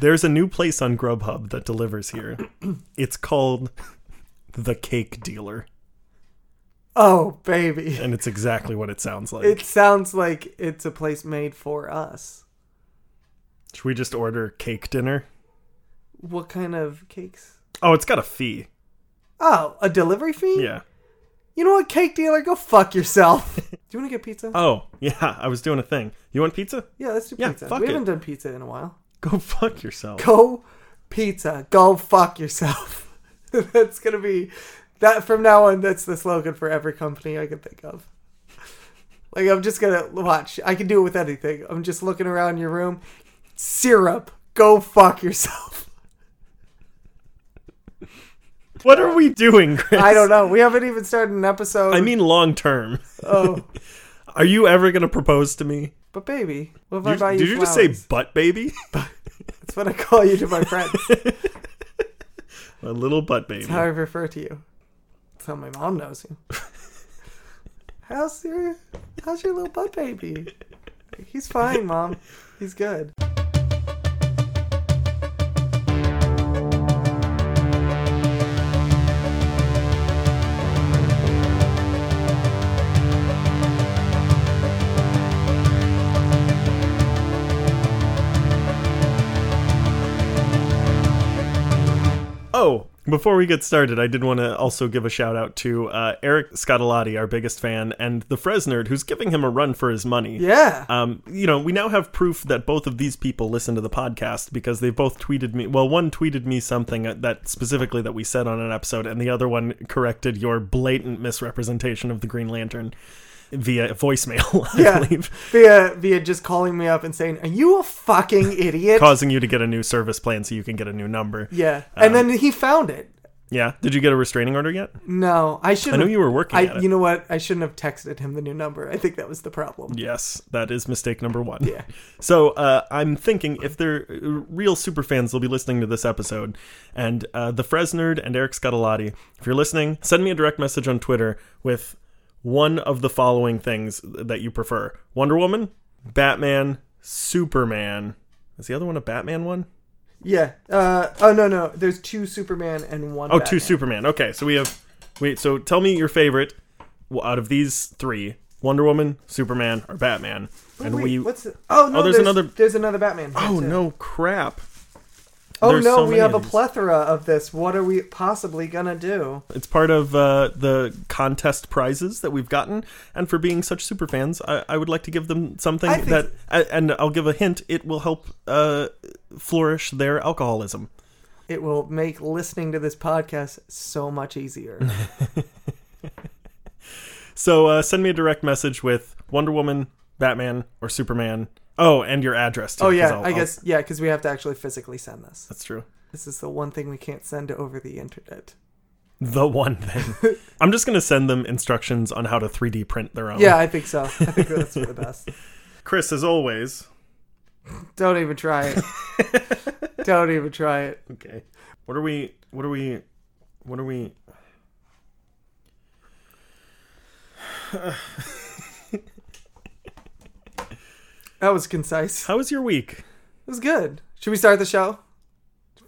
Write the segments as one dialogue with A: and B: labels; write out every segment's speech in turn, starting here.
A: There's a new place on Grubhub that delivers here. It's called The Cake Dealer,
B: Oh, baby.
A: and it's exactly what it sounds like.
B: It sounds like it's a place made for us.
A: Should we just order cake dinner?
B: What kind of cakes?
A: Oh, it's got a fee.
B: Oh, a delivery fee?
A: Yeah.
B: You know what, cake dealer? Go fuck yourself. do you want to get pizza?
A: Oh, yeah, I was doing a thing. You want pizza?
B: yeah, let's do
A: yeah,
B: pizza.
A: fuck
B: we
A: it.
B: haven't done pizza in a while.
A: Go fuck yourself.
B: Go pizza. Go fuck yourself. that's going to be that from now on. That's the slogan for every company I can think of. Like, I'm just going to watch. I can do it with anything. I'm just looking around your room. Syrup. Go fuck yourself.
A: What are we doing, Chris?
B: I don't know. We haven't even started an episode.
A: I mean, long term.
B: oh,
A: Are you ever going to propose to me?
B: but baby, what if I
A: You-
B: buy you
A: did you just say
B: flowers?
A: butt baby?
B: That's what I call you to my friends.
A: a little butt baby.
B: That's how I refer to you. That's how my mom knows you. how's your How's your little butt baby? He's fine, mom. He's good.
A: Oh, before we get started, I did want to also give a shout out to uh, Eric Scottolotti, our biggest fan, and the Fresnerd, who's giving him a run for his money.
B: Yeah.
A: Um, you know, we now have proof that both of these people listen to the podcast because they both tweeted me. Well, one tweeted me something uh, that specifically that we said on an episode, and the other one corrected your blatant misrepresentation of the Green Lantern via voicemail, I
B: Yeah.
A: believe,
B: Via via just calling me up and saying, "Are you a fucking idiot?"
A: causing you to get a new service plan so you can get a new number.
B: yeah.
A: Uh,
B: And then he found it.
A: Yeah. Did you get a restraining order yet?
B: No, I
A: I
B: shouldn't.
A: know
B: have-
A: you were working at
B: Uh, I,
A: it.
B: you know what? I shouldn't have texted him the new number. I think that was the problem.
A: Yes, that is mistake number one.
B: Yeah.
A: So uh, I'm thinking if they're uh, real super fans, they'll be listening to this episode. And uh, the Fresnerd and Eric Scottolotti, if you're listening, send me a direct message on Twitter with one of the following things that you prefer Wonder Woman, Batman, Superman. Is the other one a Batman one?
B: Yeah. Uh, oh no no. There's two Superman and one.
A: Oh,
B: Batman.
A: two Superman. Okay, so we have. Wait, so tell me your favorite well, out of these three Wonder Woman, Superman, or Batman. And
B: Wait,
A: we.
B: what's the- oh no?
A: there's
B: there's,
A: another-
B: another. There's another Batman.
A: Oh,
B: That's it.
A: no, crap.
B: Oh
A: There's
B: no,
A: so
B: we
A: many
B: have
A: of
B: a
A: these.
B: plethora of this. What are we possibly gonna do?
A: It's part of uh, the contest prizes that we've gotten, and for being such super fans, I, I would like to give them something
B: I think-
A: that, a- and I'll give a hint. It will help uh, flourish their alcoholism.
B: It will make listening to this podcast so much easier.
A: So uh, send me a direct message with Wonder Woman, Batman, or Superman. Oh, and your address. Too,
B: oh
A: 'cause
B: yeah,
A: I'll-
B: I
A: I'll-
B: guess yeah, because we have to actually physically send this.
A: that's true.
B: This is the one thing we can't send over the internet.
A: The one thing. I'm just gonna send them instructions on how to 3D print their own.
B: Yeah, I think so. I think that's for the best.
A: Chris, as always.
B: Don't even try it. Don't even try it.
A: Okay. What are we? What are we? What are we?
B: That was concise.
A: How was your week?
B: It was good. Should we start the show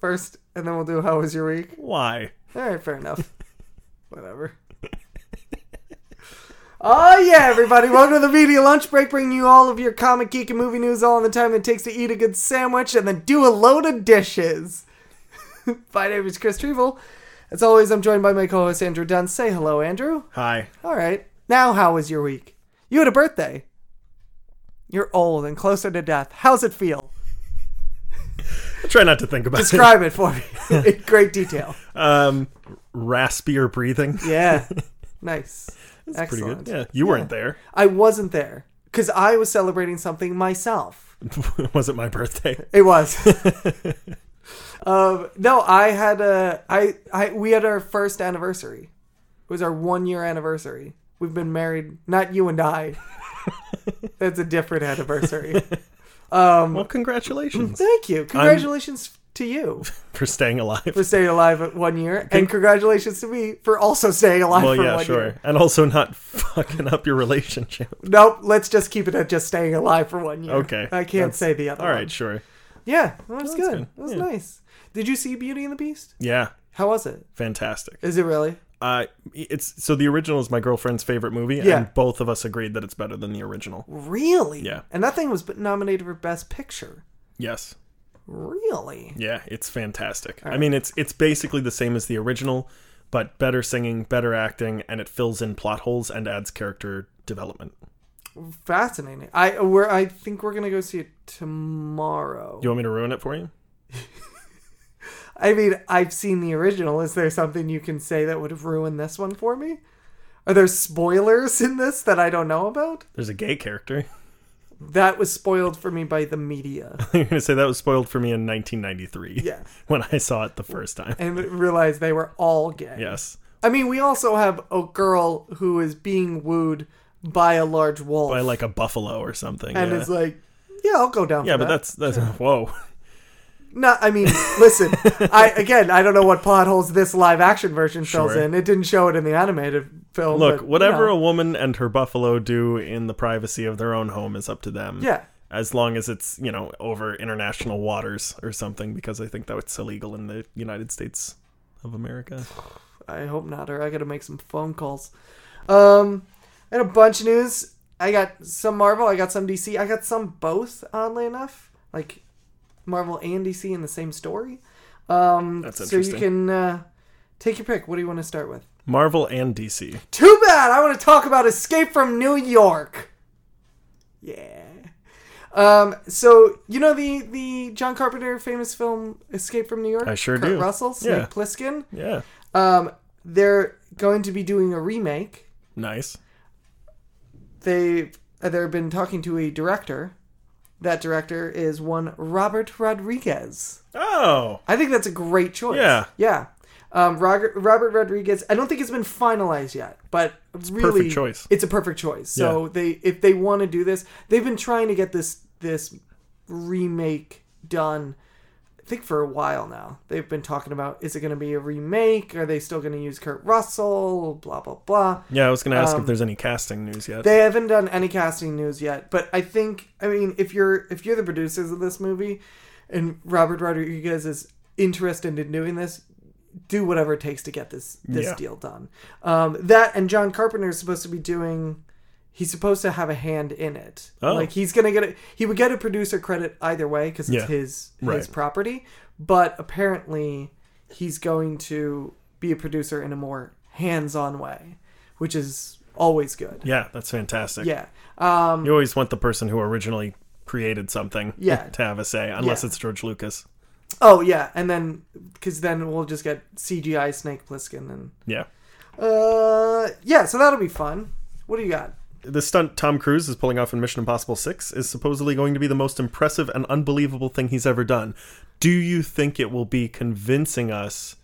B: first, and then we'll do how was your week?
A: Why?
B: All right, fair enough. Whatever. Oh yeah, everybody! Welcome to the Media Lunch Break, bringing you all of your comic geek and movie news all in the time it takes to eat a good sandwich and then do a load of dishes. my name is Chris Trevel. As always, I'm joined by my co-host Andrew Dunn. Say hello, Andrew.
A: Hi.
B: All right. Now, how was your week? You had a birthday. You're old and closer to death. How's it feel?
A: Try not to think about
B: Describe it for me in great detail.
A: it. Um, raspier breathing.
B: Yeah. Nice. That's
A: Pretty
B: Excellent.
A: good. Yeah, you weren't there.
B: I wasn't there because I was celebrating something myself.
A: was it my birthday?
B: It was. um, no, I had a I I we had our first anniversary. It was our one year anniversary. We've been married. Not you and I. That's a different anniversary. Um,
A: well, congratulations
B: Thank you. Congratulations to you
A: for staying alive.
B: for staying alive at one year, and congratulations to me for also staying alive
A: Well,
B: for
A: yeah,
B: one
A: sure,
B: year.
A: and also not fucking up your relationship.
B: Nope. Let's just keep it at just staying alive for one year.
A: Okay,
B: I can't
A: that's-
B: say the other.
A: All
B: one.
A: right, sure.
B: Yeah, that was
A: that's
B: good.
A: good.
B: That was
A: Yeah.
B: nice. Did you see Beauty and the Beast?
A: Yeah,
B: How was it?
A: fantastic.
B: Is it really?
A: Uh, it's so the original is my girlfriend's favorite movie,
B: Yeah.
A: and both of us agreed that it's better than the original.
B: Really?
A: Yeah.
B: And that thing was nominated for Best Picture.
A: Yes,
B: Really?
A: yeah, it's fantastic. I mean, it's it's basically the same as the original, but better singing, better acting, and it fills in plot holes and adds character development.
B: Fascinating. I we're, I think we're gonna go see it tomorrow.
A: You want me to ruin it for you?
B: I mean, I've seen the original. Is there something you can say that would have ruined this one for me? Are there spoilers in this that I don't know about?
A: There's a gay character.
B: That was spoiled for me by the media.
A: You're gonna say that was spoiled for me in 1993
B: Yeah.
A: when I saw it the first time.
B: And realized they were all gay.
A: Yes,
B: I mean, we also have a girl who is being wooed by a large wolf.
A: by like a buffalo or something.
B: and
A: yeah.
B: is like, yeah, I'll go down
A: yeah,
B: for
A: but
B: that.
A: that's that's whoa.
B: No, I mean, listen. I again, I don't know what plot holes this live action version fills
A: Sure.
B: in. It didn't show it in the animated film.
A: Look,
B: but,
A: whatever
B: you know.
A: a woman and her buffalo do in the privacy of their own home is up to them.
B: Yeah.
A: As long as it's, you know, over international waters or something, because I think that's illegal in the United States of America.
B: I hope not, or I gotta make some phone calls. Um, I had a bunch of news. I got some Marvel. I got some DC. I got some both. Oddly enough, like Marvel and DC in the same story. Um,
A: That's
B: So
A: interesting.
B: you can uh, take your pick. What do you want to start with?
A: Marvel and DC.
B: Too bad. I want to talk about Escape from New York. Yeah. Um, so you know the the John Carpenter famous film Escape from New York.
A: I sure
B: Kurt
A: do.
B: Russell, Snake
A: Yeah.
B: Plissken.
A: Yeah.
B: Um, they're going to be doing a remake.
A: Nice.
B: They uh, they've been talking to a director. That director is one Robert Rodriguez.
A: Oh.
B: I think that's a great choice.
A: Yeah.
B: Yeah. Um, Robert, Robert Rodriguez. I don't think it's been finalized yet, but really,
A: perfect choice.
B: It's a perfect choice. So they, if they want to do this, they've been trying to get this this remake done. I think for a while now. They've been talking about is it going to be a remake? Are they still going to use Kurt Russell? Blah blah blah.
A: Yeah, I was going to
B: Um,
A: ask if there's any casting news yet.
B: They haven't done any casting news yet, but I think I mean if you're if you're the producers of this movie, and Robert Rodriguez is interested in doing this, do whatever it takes to get this this
A: Yeah.
B: deal done. Um, that and John Carpenter is supposed to be doing. He's supposed to have a hand in it.
A: Oh.
B: Like he's gonna get a He would get a producer credit either way because it's
A: Yeah.
B: his his
A: Right.
B: property. But apparently, he's going to be a producer in a more hands-on way, which is always good.
A: yeah, that's fantastic.
B: Yeah. Um,
A: You always want the person who originally created something
B: Yeah.
A: to have a say, unless
B: Yeah.
A: it's George Lucas.
B: oh yeah, and then because then we'll just get CGI Snake Plissken and
A: Yeah.
B: uh yeah, so that'll be fun. What do you got?
A: the stunt Tom Cruise is pulling off in Mission Impossible 6 is supposedly going to be the most impressive and unbelievable thing he's ever done. Do you think it will be convincing us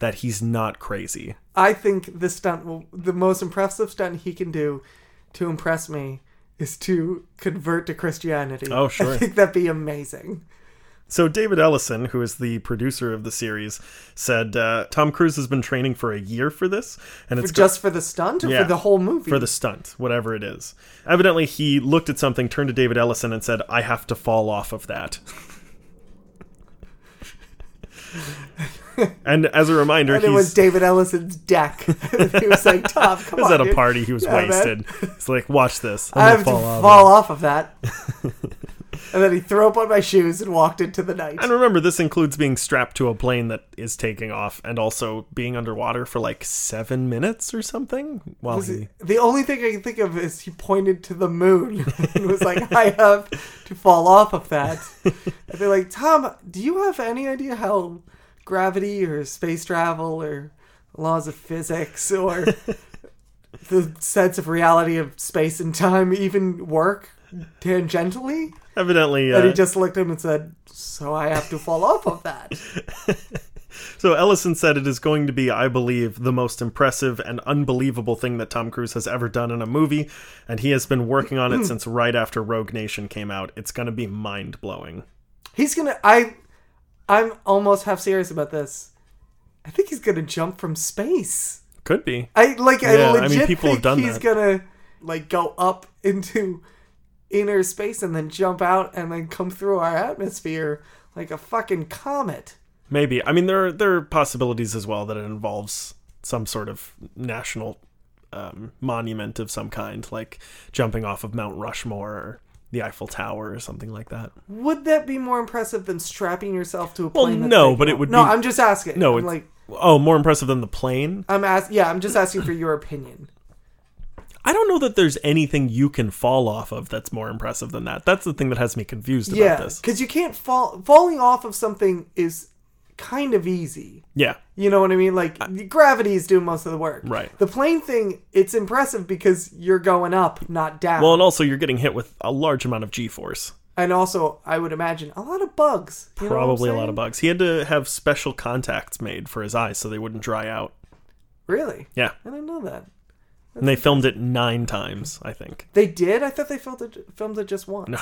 A: that he's not crazy?
B: I think the stunt will the most impressive stunt he can do to impress me is to convert to Christianity.
A: Oh, sure.
B: I think that'd be amazing.
A: So, David Ellison, who is the producer of the series, said uh, Tom Cruise has been training for a year for this, and it's
B: Just for the stunt or
A: Yeah.
B: for the whole movie?
A: for the stunt, whatever it is. Evidently, he looked at something, turned to David Ellison, and said, I have to fall off of that. and as a reminder,
B: and
A: he's.
B: it was David Ellison's deck. he was like, Tom, come
A: was
B: on.
A: at a
B: dude.
A: party. He was
B: Yeah, man.
A: wasted. It's like, watch this. I'm
B: I
A: gonna
B: have to fall
A: off.
B: off, of that. and then he threw up on my shoes and walked into the night.
A: And remember, this includes being strapped to a plane that is taking off, and also being underwater for like seven minutes or something. While he,
B: The only thing I can think of is he pointed to the moon and was like, I have to fall off of that. And they're like, Tom, do you have any idea how gravity or space travel or laws of physics or the sense of reality of space and time even work tangentially?
A: evidently,
B: And he
A: uh,
B: just looked at him and said, So I have to fall off of that.
A: so Ellison said it is going to be, I believe, the most impressive and unbelievable thing that Tom Cruise has ever done in a movie, and he has been working on
B: Hmm.
A: it since right after Rogue Nation came out. It's going to be mind blowing.
B: He's gonna. I, I'm almost half serious about this. I think he's gonna jump from space.
A: Could be.
B: I like.
A: Yeah,
B: I
A: I mean,
B: legit
A: people have
B: think
A: done
B: he's
A: that.
B: gonna like go up into inner space and then jump out and then come through our atmosphere like a fucking comet.
A: Maybe. I mean, there are, there are possibilities as well that it involves some sort of national um, monument of some kind, like jumping off of Mount Rushmore or the Eiffel Tower or something like that.
B: Would that be more impressive than strapping yourself to a
A: Well,
B: plane? that's
A: no,
B: taking
A: but it
B: off?
A: would
B: No,
A: be-
B: I'm just asking.
A: No,
B: I'm
A: it's-
B: like
A: Oh, more impressive than the plane?
B: I'm ask. Yeah, I'm just asking for your opinion.
A: I don't know that there's anything you can fall off of that's more impressive than that. That's the thing that has me confused
B: yeah,
A: about this.
B: because you can't fall. Falling off of something is kind of easy.
A: Yeah.
B: You know what I mean? Like gravity is doing most of the work.
A: Right.
B: The plane thing, it's impressive because you're going up, not down.
A: Well, and also you're getting hit with a large amount of G force.
B: and also, I would imagine a lot of bugs. You know what I'm
A: Probably a lot
B: saying?
A: of bugs. He had to have special contacts made for his eyes so they wouldn't dry out.
B: Really?
A: Yeah.
B: I didn't know that.
A: And they filmed it nine times, I think.
B: They did? I thought they filmed it, filmed it just once.
A: No,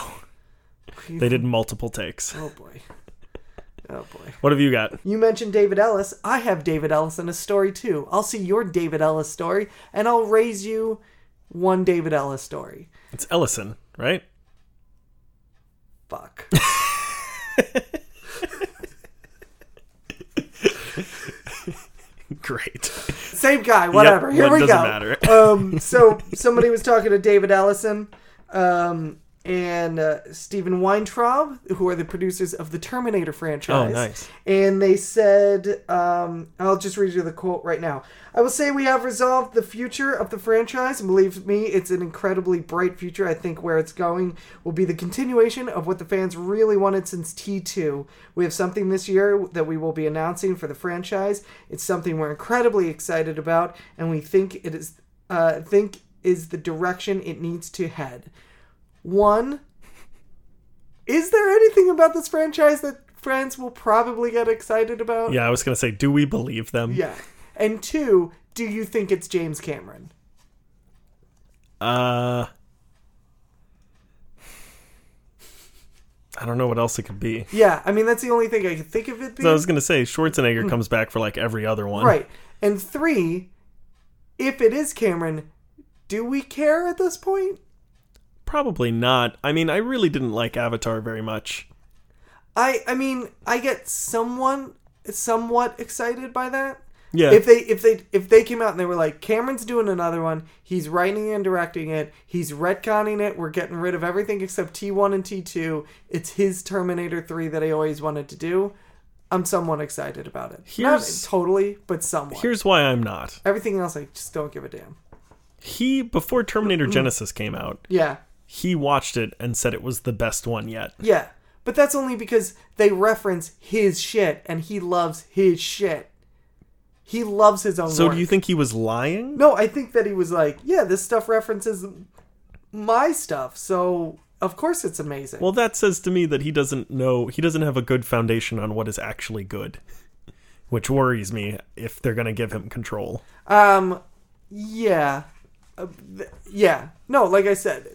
A: they did multiple takes.
B: Oh boy. Oh boy.
A: What have you got?
B: You mentioned David Ellis. I have David Ellis in a story too. I'll see your David Ellis story and I'll raise you one David Ellis story.
A: It's Ellison, right?
B: Fuck.
A: Great.
B: Same guy, whatever. Here
A: what-
B: we
A: doesn't
B: go.
A: matter.
B: um so somebody was talking to David Ellison um and uh, Steven Weintraub, who are the producers of the Terminator
A: Oh,
B: franchise.
A: nice.
B: and they said, um, I'll just read you the quote right now. I will say we have resolved the future of the franchise, and believe me, it's an incredibly bright future. I think where it's going will be the continuation of what the fans really wanted since T2. We have something this year that we will be announcing for the franchise. It's something we're incredibly excited about, and we think it is uh, think is the direction it needs to head. One, is there anything about this franchise that fans will probably get excited about?
A: Yeah, I was going to say, do we believe them?
B: Yeah. And two, do you think it's James Cameron?
A: Uh, I don't know what else it could be.
B: Yeah, I mean that's the only thing I can think of it being.
A: So I was going to say, Schwarzenegger comes back for like every other one.
B: Hmm. right. And three, if it is Cameron, do we care at this point?
A: Probably not. I mean, I really didn't like Avatar very much.
B: I I mean, I get someone somewhat excited by that.
A: Yeah.
B: If they if they if they came out and they were like, Cameron's doing another one, he's writing and directing it, he's retconning it, we're getting rid of everything except T one and T two. It's his Terminator three that I always wanted to do. I'm somewhat excited about it.
A: Here's-
B: Not totally, but somewhat.
A: Here's why I'm not.
B: Everything else I just don't give a damn.
A: He, before Terminator
B: Hmm.
A: Genesis came out,
B: Yeah.
A: he watched it and said it was the best one yet.
B: Yeah. But that's only because they reference his shit and he loves his shit. He loves his own
A: So
B: work.
A: do you think he was lying?
B: No, I think that he was like, yeah, this stuff references my stuff, so of course it's amazing.
A: Well, that says to me that he doesn't know, he doesn't have a good foundation on what is actually good, which worries me if they're going to give him control.
B: um, yeah, Uh, th- yeah. No, like I said,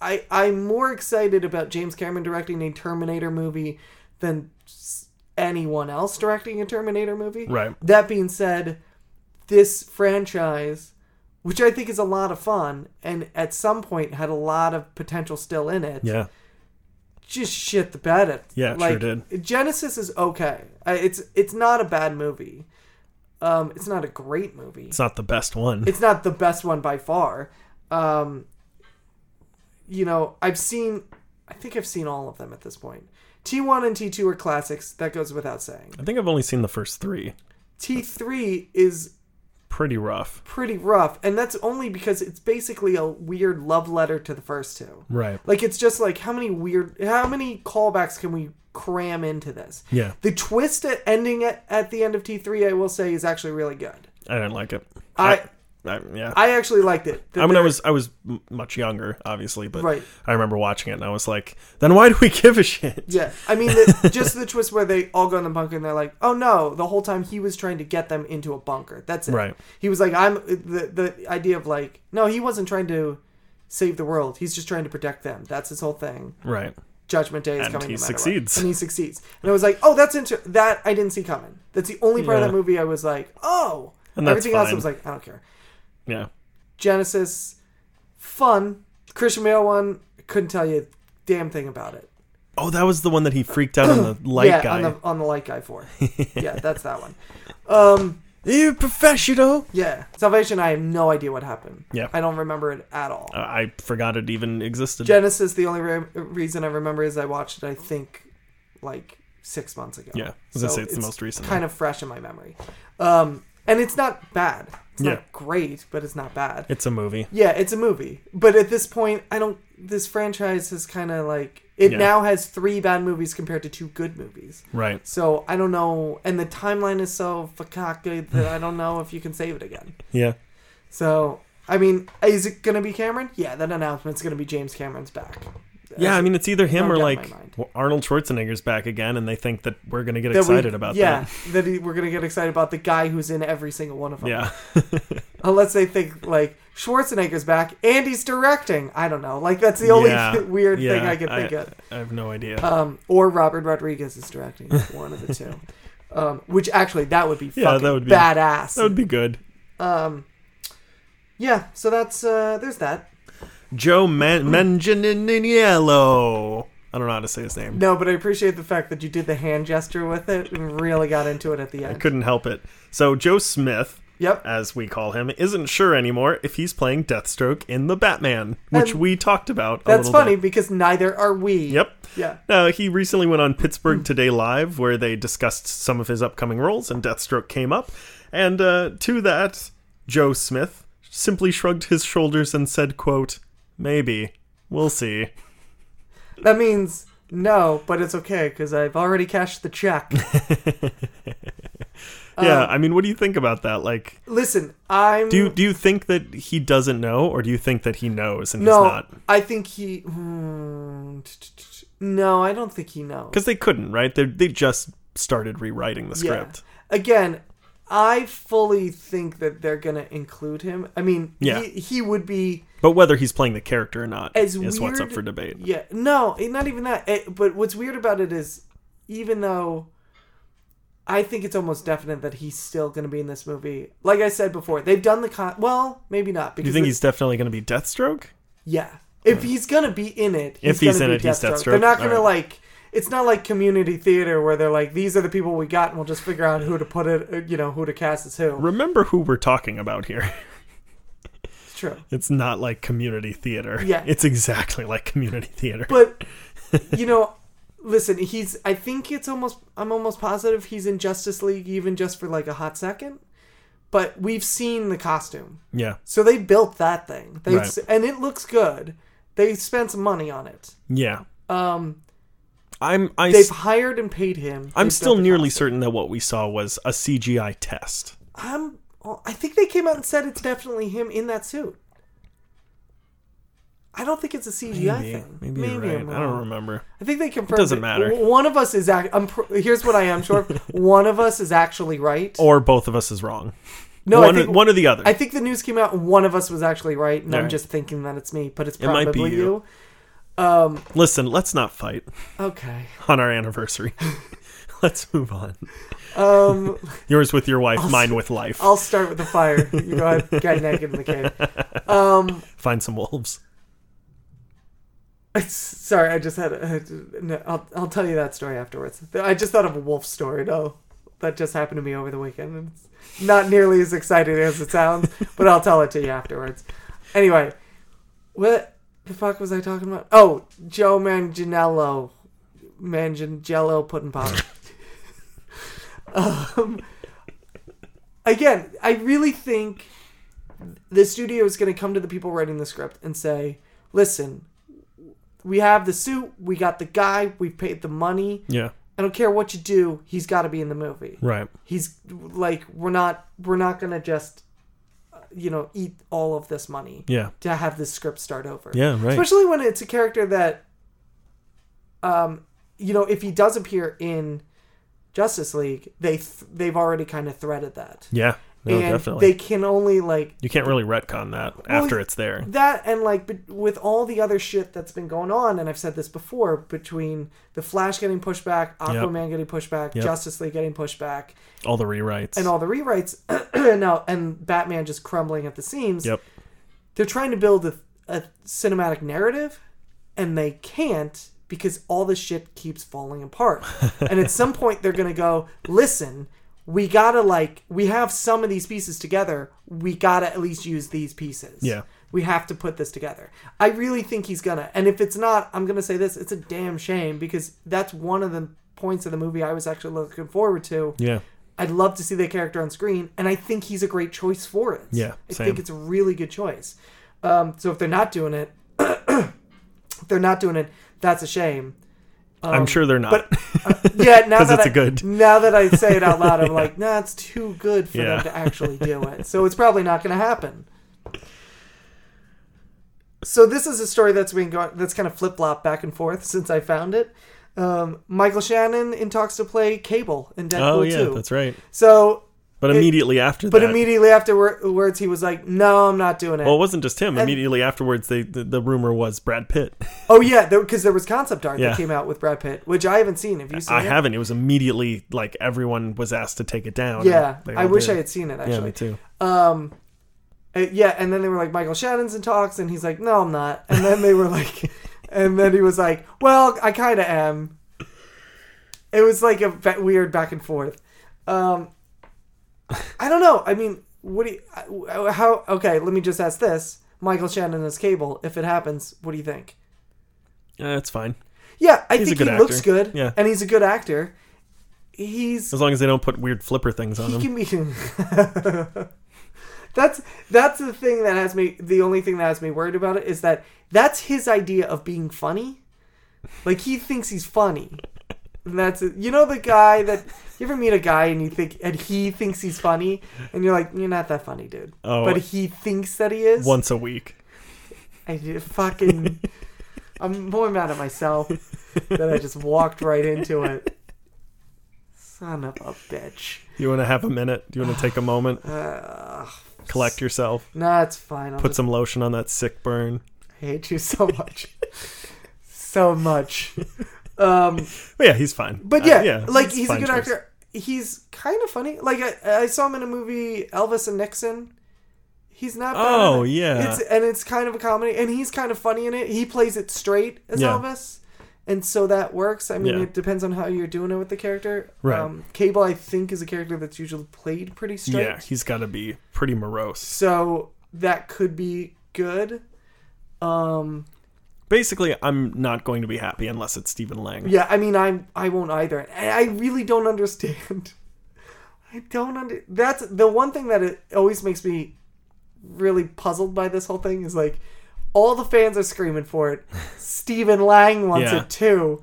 B: I I'm more excited about James Cameron directing a Terminator movie than s- anyone else directing a Terminator movie.
A: Right.
B: That being said, this franchise, which I think is a lot of fun, and at some point had a lot of potential still in it.
A: Yeah.
B: just shit the bed at.
A: Yeah, it sure did.
B: Genesis is okay. I- It's it's not a bad movie. Um, it's not a great movie.
A: It's not the best one.
B: It's not the best one by far. Um, you know, I've seen. I think I've seen all of them at this point. T one and T two are classics. That goes without saying.
A: I think I've only seen the first three.
B: T three is
A: Pretty rough.
B: pretty rough, and that's only because it's basically a weird love letter to the first two.
A: Right.
B: Like it's just like how many weird, how many callbacks can we cram into this?
A: Yeah.
B: The twist at ending at, at the end of T three, I will say, is actually really good.
A: I didn't like it.
B: I-
A: I, I- yeah.
B: I actually liked it. The-
A: I mean, I was I was m- much younger, obviously, but
B: Right.
A: I remember watching it and I was like, "Then why do we give a shit?"
B: yeah, I mean, the, just the twist where they all go in the bunker and they're like, "Oh no!" The whole time he was trying to get them into a bunker. That's it.
A: Right.
B: He was like, "I'm the the idea of like, no, he wasn't trying to save the world. He's just trying to protect them. That's his whole thing."
A: Right.
B: Judgment Day is
A: And
B: coming.
A: he
B: no matter what.
A: succeeds.
B: And he succeeds. And I was like, oh, that's inter- that I didn't see coming. That's the only part
A: Yeah.
B: of that movie I was like, oh.
A: And that's
B: Everything else I
A: fine.
B: was like, I don't care.
A: Yeah.
B: Genesis, fun. Christian Bale one, couldn't tell you a damn thing about it.
A: Oh, that was the one that he freaked out on the light
B: yeah,
A: guy.
B: on the on the light guy for. yeah, that's that one. Um,
A: you Eh, professional.
B: yeah, Salvation. I have no idea what happened.
A: Yeah.
B: I don't remember it at all.
A: Uh, I forgot it even existed.
B: Genesis. The only re- reason I remember is I watched it. I think like six months ago.
A: Yeah, I was gonna say it's the most recent
B: Kind of fresh in my memory, um, and it's not bad. It's
A: Yeah.
B: not great, but it's not bad.
A: it's a movie.
B: Yeah, it's a movie. But at this point, I don't. This franchise is kind of like it
A: Yeah.
B: now has three bad movies compared to two good movies.
A: Right.
B: So I don't know, and the timeline is so fakaka that I don't know if you can save it again.
A: Yeah.
B: So I mean, is it gonna be Cameron? Yeah, that announcement's gonna be James Cameron's back.
A: Yeah, I mean, it's either him
B: no
A: or
B: doubt in my
A: like
B: mind.
A: w- Arnold Schwarzenegger's back again, and they think that we're gonna get
B: That we-
A: excited about
B: yeah,
A: that.
B: Yeah, that he- we're gonna get excited about the guy who's in every single one of them.
A: Yeah,
B: unless they think like Schwarzenegger's back and he's directing. I don't know. Like that's the only
A: Yeah.
B: weird thing
A: Yeah,
B: I can think of.
A: I have no idea.
B: um, or Robert Rodriguez is directing one of the two. Um, which actually, that would be
A: Yeah,
B: fucking
A: that would be-
B: badass.
A: that would be good.
B: um, yeah, so that's uh, there's that.
A: Joe Man- Manganiello. I don't know how to say his name.
B: No, but I appreciate the fact that you did the hand gesture with it and really got into it at the
A: I
B: end.
A: couldn't help it. So Joe Smith,
B: Yep.
A: as we call him, isn't sure anymore if he's playing Deathstroke in the Batman, which
B: And
A: we talked about. a
B: That's
A: little
B: funny
A: Bit.
B: because neither are we.
A: Yep.
B: Yeah.
A: Uh, he recently went on Pittsburgh Today Live, where they discussed some of his upcoming roles, and Deathstroke came up. And uh, to that, Joe Smith simply shrugged his shoulders and said, "quote Maybe we'll see."
B: That means no, but it's okay because I've already cashed the check. Um,
A: yeah, I mean, what do you think about that? Like,
B: Listen, I'm.
A: do you, do you think that he doesn't know, or do you think that he knows and he's
B: no,
A: not?
B: I think he. hmm, t- t- t- no, I don't think he knows.
A: Because they couldn't, right? They they just started rewriting the script.
B: Again, I fully think that they're going to include him. I mean,
A: Yeah.
B: he, he would be
A: But whether he's playing the character or not
B: as
A: is
B: weird.
A: what's up for debate.
B: Yeah, no, eh, not even that. Eh, but what's weird about it is, even though I think it's almost definite that he's still going to be in this movie. Like I said before, they've done the con. Well, maybe not. Because
A: Do you think
B: it-
A: he's definitely going to be Deathstroke?
B: Yeah. If he's gonna be in it,
A: If he's
B: gonna
A: in it,
B: be
A: he's Deathstroke.
B: They're not gonna
A: Alright.
B: like. It's not like community theater where they're like, these are the people we got, and we'll just figure out who to put it. uh, You know, who to cast as who.
A: Remember who we're talking about here.
B: It's true.
A: It's not like community theater.
B: Yeah.
A: It's exactly like community theater.
B: But you know, listen, he's. I think it's almost. I'm almost positive he's in Justice League, even just for like a hot second. But we've seen the costume,
A: yeah.
B: so they built that thing. They
A: Right.
B: and it looks good. They spent some money on it.
A: Yeah.
B: Um,
A: I'm I
B: they've
A: s-
B: hired and paid him.
A: I'm
B: They've
A: still
B: built the
A: nearly
B: costume.
A: certain that what we saw was a CGI test.
B: I'm. well, I think they came out and said it's definitely him in that suit. I don't think it's a CGI
A: Maybe,
B: thing.
A: maybe you're right.
B: I'm
A: I don't
B: wrong.
A: remember.
B: I think they confirmed.
A: doesn't matter.
B: w- One of us is. Act- I'm. Pr- here's what I am sure. of. one of us is actually right.
A: Or both of us is wrong.
B: no,
A: Oh, one,
B: I think
A: one or the other.
B: I think the news came out. and One of us was actually right, and I'm
A: Alright.
B: just thinking that it's me, but it's
A: It might
B: probably
A: be
B: you. Um.
A: Listen, let's not fight
B: Okay.
A: on our anniversary. let's move on.
B: Um.
A: Yours with your wife, mine with life.
B: I'll start with the fire. You go ahead. Guy naked in the cave. Um.
A: Find some wolves.
B: Sorry, I just had. A, no, I'll I'll tell you that story afterwards. I just thought of a wolf story. No, that just happened to me over the weekend. and It's not nearly as exciting as it sounds, but I'll tell it to you afterwards. Anyway, what the fuck was I talking about? Oh, Joe Manganiello, Manganiello pudding pop. um, again, I really think the studio is going to come to the people writing the script and say, "Listen." We have the suit. We got the guy. We paid the money.
A: Yeah.
B: I don't care what you do. He's got to be in the movie.
A: Right.
B: He's like we're not we're not gonna just uh, you know eat all of this money
A: Yeah.
B: to have this script start over.
A: Yeah, right.
B: Especially when it's a character that, um, you know, if he does appear in Justice League, they th- they've already kind of threaded that,
A: Yeah. No,
B: and
A: Oh, definitely.
B: they can only like
A: you can't really retcon that after it's there.
B: that and like but with all the other shit that's been going on and i've said this before between the flash getting pushed back aquaman getting pushed back
A: Yep.
B: justice league getting pushed back
A: All the rewrites.
B: and all the rewrites and now and batman just crumbling at the seams
A: Yep.
B: they're trying to build a, a cinematic narrative and they can't because all the shit keeps falling apart. and at some point they're going to go, "Listen, we got to like we have some of these pieces together. We got to at least use these pieces."
A: Yeah.
B: We have to put this together. I really think he's gonna. And if it's not, I'm gonna say this: it's a damn shame because that's one of the points of the movie I was actually looking forward to.
A: Yeah.
B: I'd love to see that character on screen, and I think he's a great choice for it.
A: Yeah,
B: I
A: same.
B: think it's a really good choice. Um, so if they're not doing it, if they're not doing it, that's a shame.
A: I'm sure they're not.
B: Um, but- Yeah, now
A: 'Cause
B: that
A: it's
B: I,
A: a good.
B: Now that I say it out loud, I'm like, nah, it's too good for
A: Yeah.
B: them to actually do it. So it's probably not going to happen. So this is a story that's been going, that's kind of flip flop back and forth since I found it. Um, Michael Shannon in talks to play Cable in Deadpool
A: oh yeah,
B: 2.
A: that's right.
B: so
A: But immediately after
B: But
A: that,
B: immediately afterwards, he was like, "No, I'm not doing it."
A: well, it wasn't just him. immediately afterwards, they the, the rumor was Brad Pitt.
B: oh yeah, because there was concept art
A: Yeah.
B: that came out with Brad Pitt, which I haven't seen. Have you seen
A: I
B: it?
A: haven't. It was immediately like everyone was asked to take it down.
B: Yeah,
A: They
B: I
A: all
B: wish
A: did.
B: I had seen it
A: Yeah, me
B: actually.
A: too.
B: um, uh, yeah, and then they were like, "Michael Shannon's in talks," and he's like, "No, I'm not." And then they were like, and then he was like, "Well, I kind of am." It was like a ve- weird back and forth. Um, I don't know. I mean, what do you, I- how? Okay, let me just ask this: Michael Shannon as Cable. If it happens, what do you think?
A: Yeah, it's fine
B: Yeah, I
A: He's a
B: think he
A: good
B: looks
A: actor.
B: good.
A: Yeah.
B: And he's a good actor. He's
A: as long as they don't put weird flipper things on
B: he
A: him.
B: can be That's that's the thing that has me the only thing that has me worried about it is that that's his idea of being funny. Like he thinks he's funny. And that's it. you know the guy that you ever meet a guy and you think and he thinks he's funny and you're like you're not that funny dude.
A: Oh.
B: But he thinks that he is.
A: once a week.
B: I did fucking. I'm more mad at myself that I just walked right into it. Son of a bitch.
A: You want to have a minute? Do you want to take a moment?
B: Uh,
A: Collect yourself.
B: nah, it's fine. I'll
A: Put
B: just
A: some lotion on that sick burn.
B: hate you so much, so much. Um,
A: But yeah, he's fine.
B: but
A: Uh,
B: yeah, like
A: it's
B: he's a
A: fine
B: good
A: choice.
B: actor. He's kind of funny. Like I, I saw him in a movie, Elvis and Nixon. He's not. Bad in
A: Oh,
B: it.
A: yeah.
B: It's and it's kind of a comedy, and he's kind of funny in it. He plays it straight as
A: Yeah.
B: Elvis, and so that works. I mean,
A: Yeah.
B: it depends on how you're doing it with the character. Um,
A: Right.
B: Cable, I think, is a character that's usually played pretty straight.
A: Yeah, he's got to be pretty morose.
B: So that could be good. Um.
A: Basically, I'm not going to be happy unless it's Stephen Lang.
B: Yeah, I mean, I'm I won't either. And I really don't understand. I don't under. That's the one thing that it always makes me really puzzled by this whole thing is like all the fans are screaming for it. Stephen Lang wants
A: Yeah.
B: it too.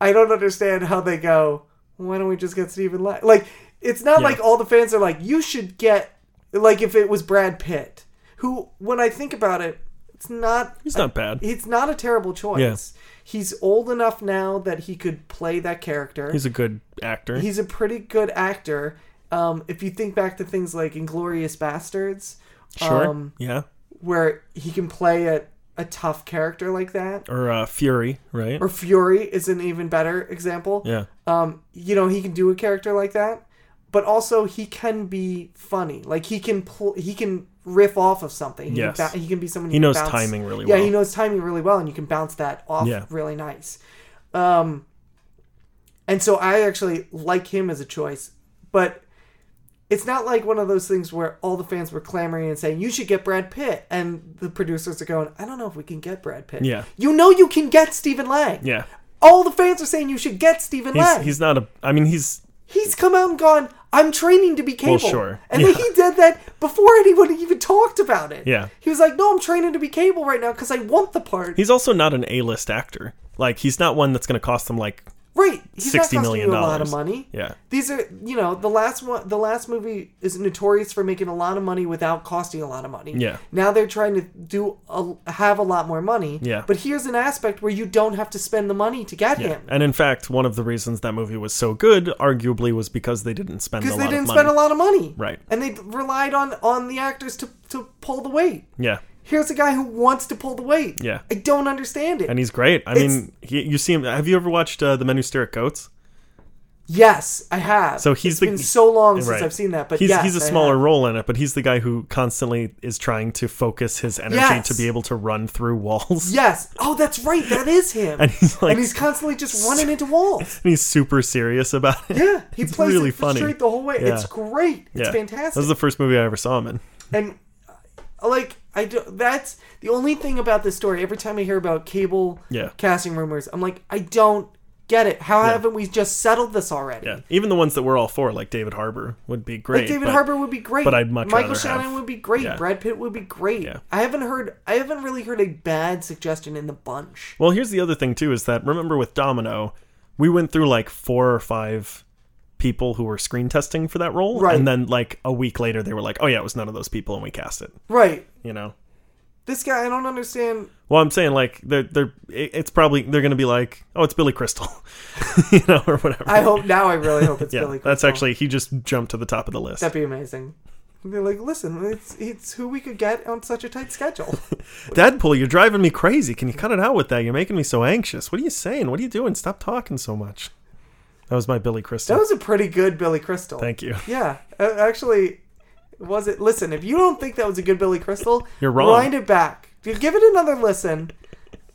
B: I don't understand how they go. Why don't we just get Stephen Lang? Like it's not
A: Yeah.
B: like all the fans are like you should get like if it was Brad Pitt who when I think about it it's not
A: He's not bad.
B: it's not a terrible choice.
A: Yeah.
B: He's old enough now that he could play that character. He's,
A: He's a good actor.
B: a pretty good actor. Um, if you think back to things like Inglorious Bastards,
A: sure.
B: um,
A: yeah.
B: where he can play a, a tough character like that,
A: Or uh, Fury, right?
B: or Fury is an even better example.
A: yeah.
B: Um, you know, he can do a character like that, but also he can be funny. Like he can pl- he can riff off of something. He,
A: Yes.
B: can, ba- he can be someone.
A: He
B: you can
A: knows
B: bounce-
A: timing really
B: yeah,
A: well.
B: he knows timing really well, and you can bounce that off
A: Yeah.
B: really nice. Um, and so I actually like him as a choice, but it's not like one of those things where all the fans were clamoring and saying you should get Brad Pitt, and the producers are going, I don't know if we can get Brad Pitt.
A: Yeah.
B: you know you can get Stephen Lang.
A: yeah.
B: All the fans are saying you should get Stephen
A: He's,
B: Lang.
A: he's not a. I mean, he's.
B: He's come out and gone, I'm training to be cable.
A: sure.
B: And
A: Yeah.
B: then he did that before anyone even talked about it.
A: Yeah.
B: He was like, No, I'm training to be cable right now because I want the part.
A: He's also not an A-list actor. Like, he's not one that's going to cost them like.
B: right. He's not
A: $60
B: costing
A: million
B: you a lot of
A: dollars.
B: money.
A: Yeah.
B: These are you know, the last one the last movie is notorious for making a lot of money without costing a lot of money.
A: Yeah.
B: Now they're trying to do a, have a lot more money.
A: Yeah.
B: But here's an aspect where you don't have to spend the money to get him.
A: And in fact, one of the reasons that movie was so good, arguably, was because they didn't spend a
B: Because
A: lot
B: they
A: of
B: didn't
A: money.
B: spend a lot of money.
A: Right.
B: And they relied on on the actors to to pull the weight.
A: yeah.
B: Here's a guy who wants to pull the weight.
A: Yeah.
B: I don't understand it.
A: And he's great. I
B: It's-
A: mean, he, you see him. Have you ever watched uh, The Men Who Stare at Goats?
B: Yes, I have.
A: So he's
B: It's
A: the-
B: been so long since
A: right.
B: I've seen that, but
A: He's
B: yes,
A: he's a
B: I have.
A: smaller role in it, but he's the guy who constantly is trying to focus his energy
B: Yes.
A: to be able to run through walls.
B: Yes. Oh, that's right. That is him.
A: And he's like
B: and he's constantly just running into walls.
A: and he's super serious about it.
B: Yeah, he
A: It's
B: plays
A: really
B: it
A: funny.
B: straight the whole way.
A: Yeah.
B: It's great. It's
A: Yeah. That
B: fantastic.
A: was the first movie I ever saw him in.
B: and uh, like I do, that's the only thing about this story. Every time I hear about cable
A: Yeah.
B: casting rumors, I'm like, I don't get it. How haven't we just settled this already?
A: Yeah. Even the ones that we're all for, like David Harbour, would be great.
B: Like David
A: but-
B: Harbour would be great.
A: but I'd much
B: Michael
A: rather
B: Shannon
A: have-
B: would be great.
A: yeah.
B: Brad Pitt would be great.
A: Yeah.
B: I haven't heard. I haven't really heard a bad suggestion in the bunch.
A: Well, here's the other thing too is that remember with Domino, we went through like four or five people who were screen testing for that role,
B: Right.
A: and then like a week later they were like, "Oh yeah, it was none of those people," and we cast it.
B: Right.
A: You know.
B: This guy, I don't understand.
A: Well, I'm saying like they're they're it- it's probably they're gonna be like, "Oh, it's Billy Crystal," you know, or whatever.
B: I hope now. I really hope it's
A: yeah,
B: Billy.
A: that's
B: Crystal.
A: actually he just jumped to the top of the list.
B: that'd be amazing. They're like, listen, it's it's who we could get on such a tight schedule.
A: Deadpool, you're driving me crazy. Can you cut it out with that? You're making me so anxious. What are you saying? What are you doing? Stop talking so much. That was my Billy Crystal.
B: That was a pretty good Billy Crystal.
A: Thank you.
B: Yeah, uh, actually, was it? Listen, if you don't think that was a good Billy Crystal,
A: You're wrong.
B: Wind it back. You Give it another listen,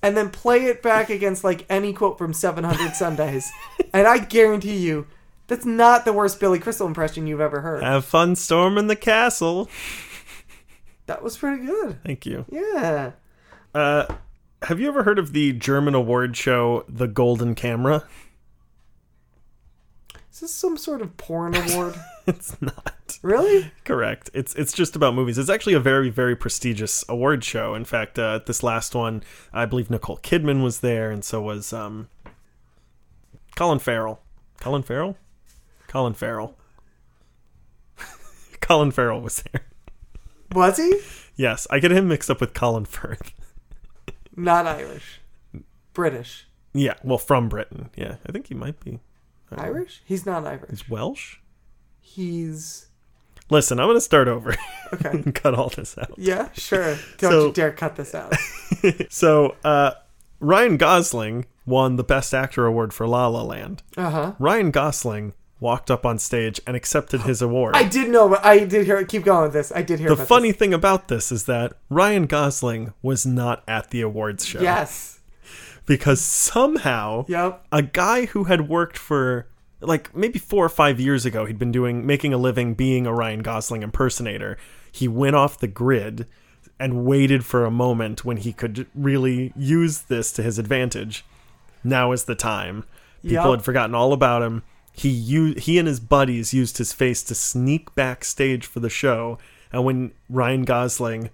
B: and then play it back against like any quote from 700 Sundays, and I guarantee you, that's not the worst Billy Crystal impression you've ever heard.
A: Have fun storming the castle.
B: That was pretty good.
A: Thank you.
B: Yeah.
A: Uh, have you ever heard of the German award show, The Golden Camera?
B: Is this some sort of porn award?
A: It's not
B: really?
A: correct. It's it's just about movies. It's actually a very very prestigious award show. In fact, uh, at this last one, I believe Nicole Kidman was there, and so was um, Colin Farrell. Colin Farrell. Colin Farrell. Colin Farrell was there.
B: Was he?
A: Yes, I get him mixed up with Colin Firth.
B: Not Irish. British.
A: Yeah, well, from Britain. Yeah, I think he might be. I don't know.
B: Irish? He's not Irish.
A: He's Welsh.
B: He's
A: Listen, I'm going to start over
B: okay.
A: and cut all this out.
B: Yeah, sure. Don't
A: So-
B: you dare cut this out.
A: So, uh, Ryan Gosling won the Best Actor award for La La Land.
B: Uh huh.
A: Ryan Gosling walked up on stage and accepted his award.
B: I did know, but I did hear. Keep going with this. I did hear.
A: the
B: about
A: funny thing about this is that Ryan Gosling was not at the awards show
B: This. Yes.
A: because somehow
B: Yep.
A: a guy who had worked for like maybe four or five years ago he'd been doing making a living being a ryan gosling impersonator he went off the grid and waited for a moment when he could really use this to his advantage now is the time people
B: Yep.
A: had forgotten all about him he u- he and his buddies used his face to sneak backstage for the show and when ryan gosling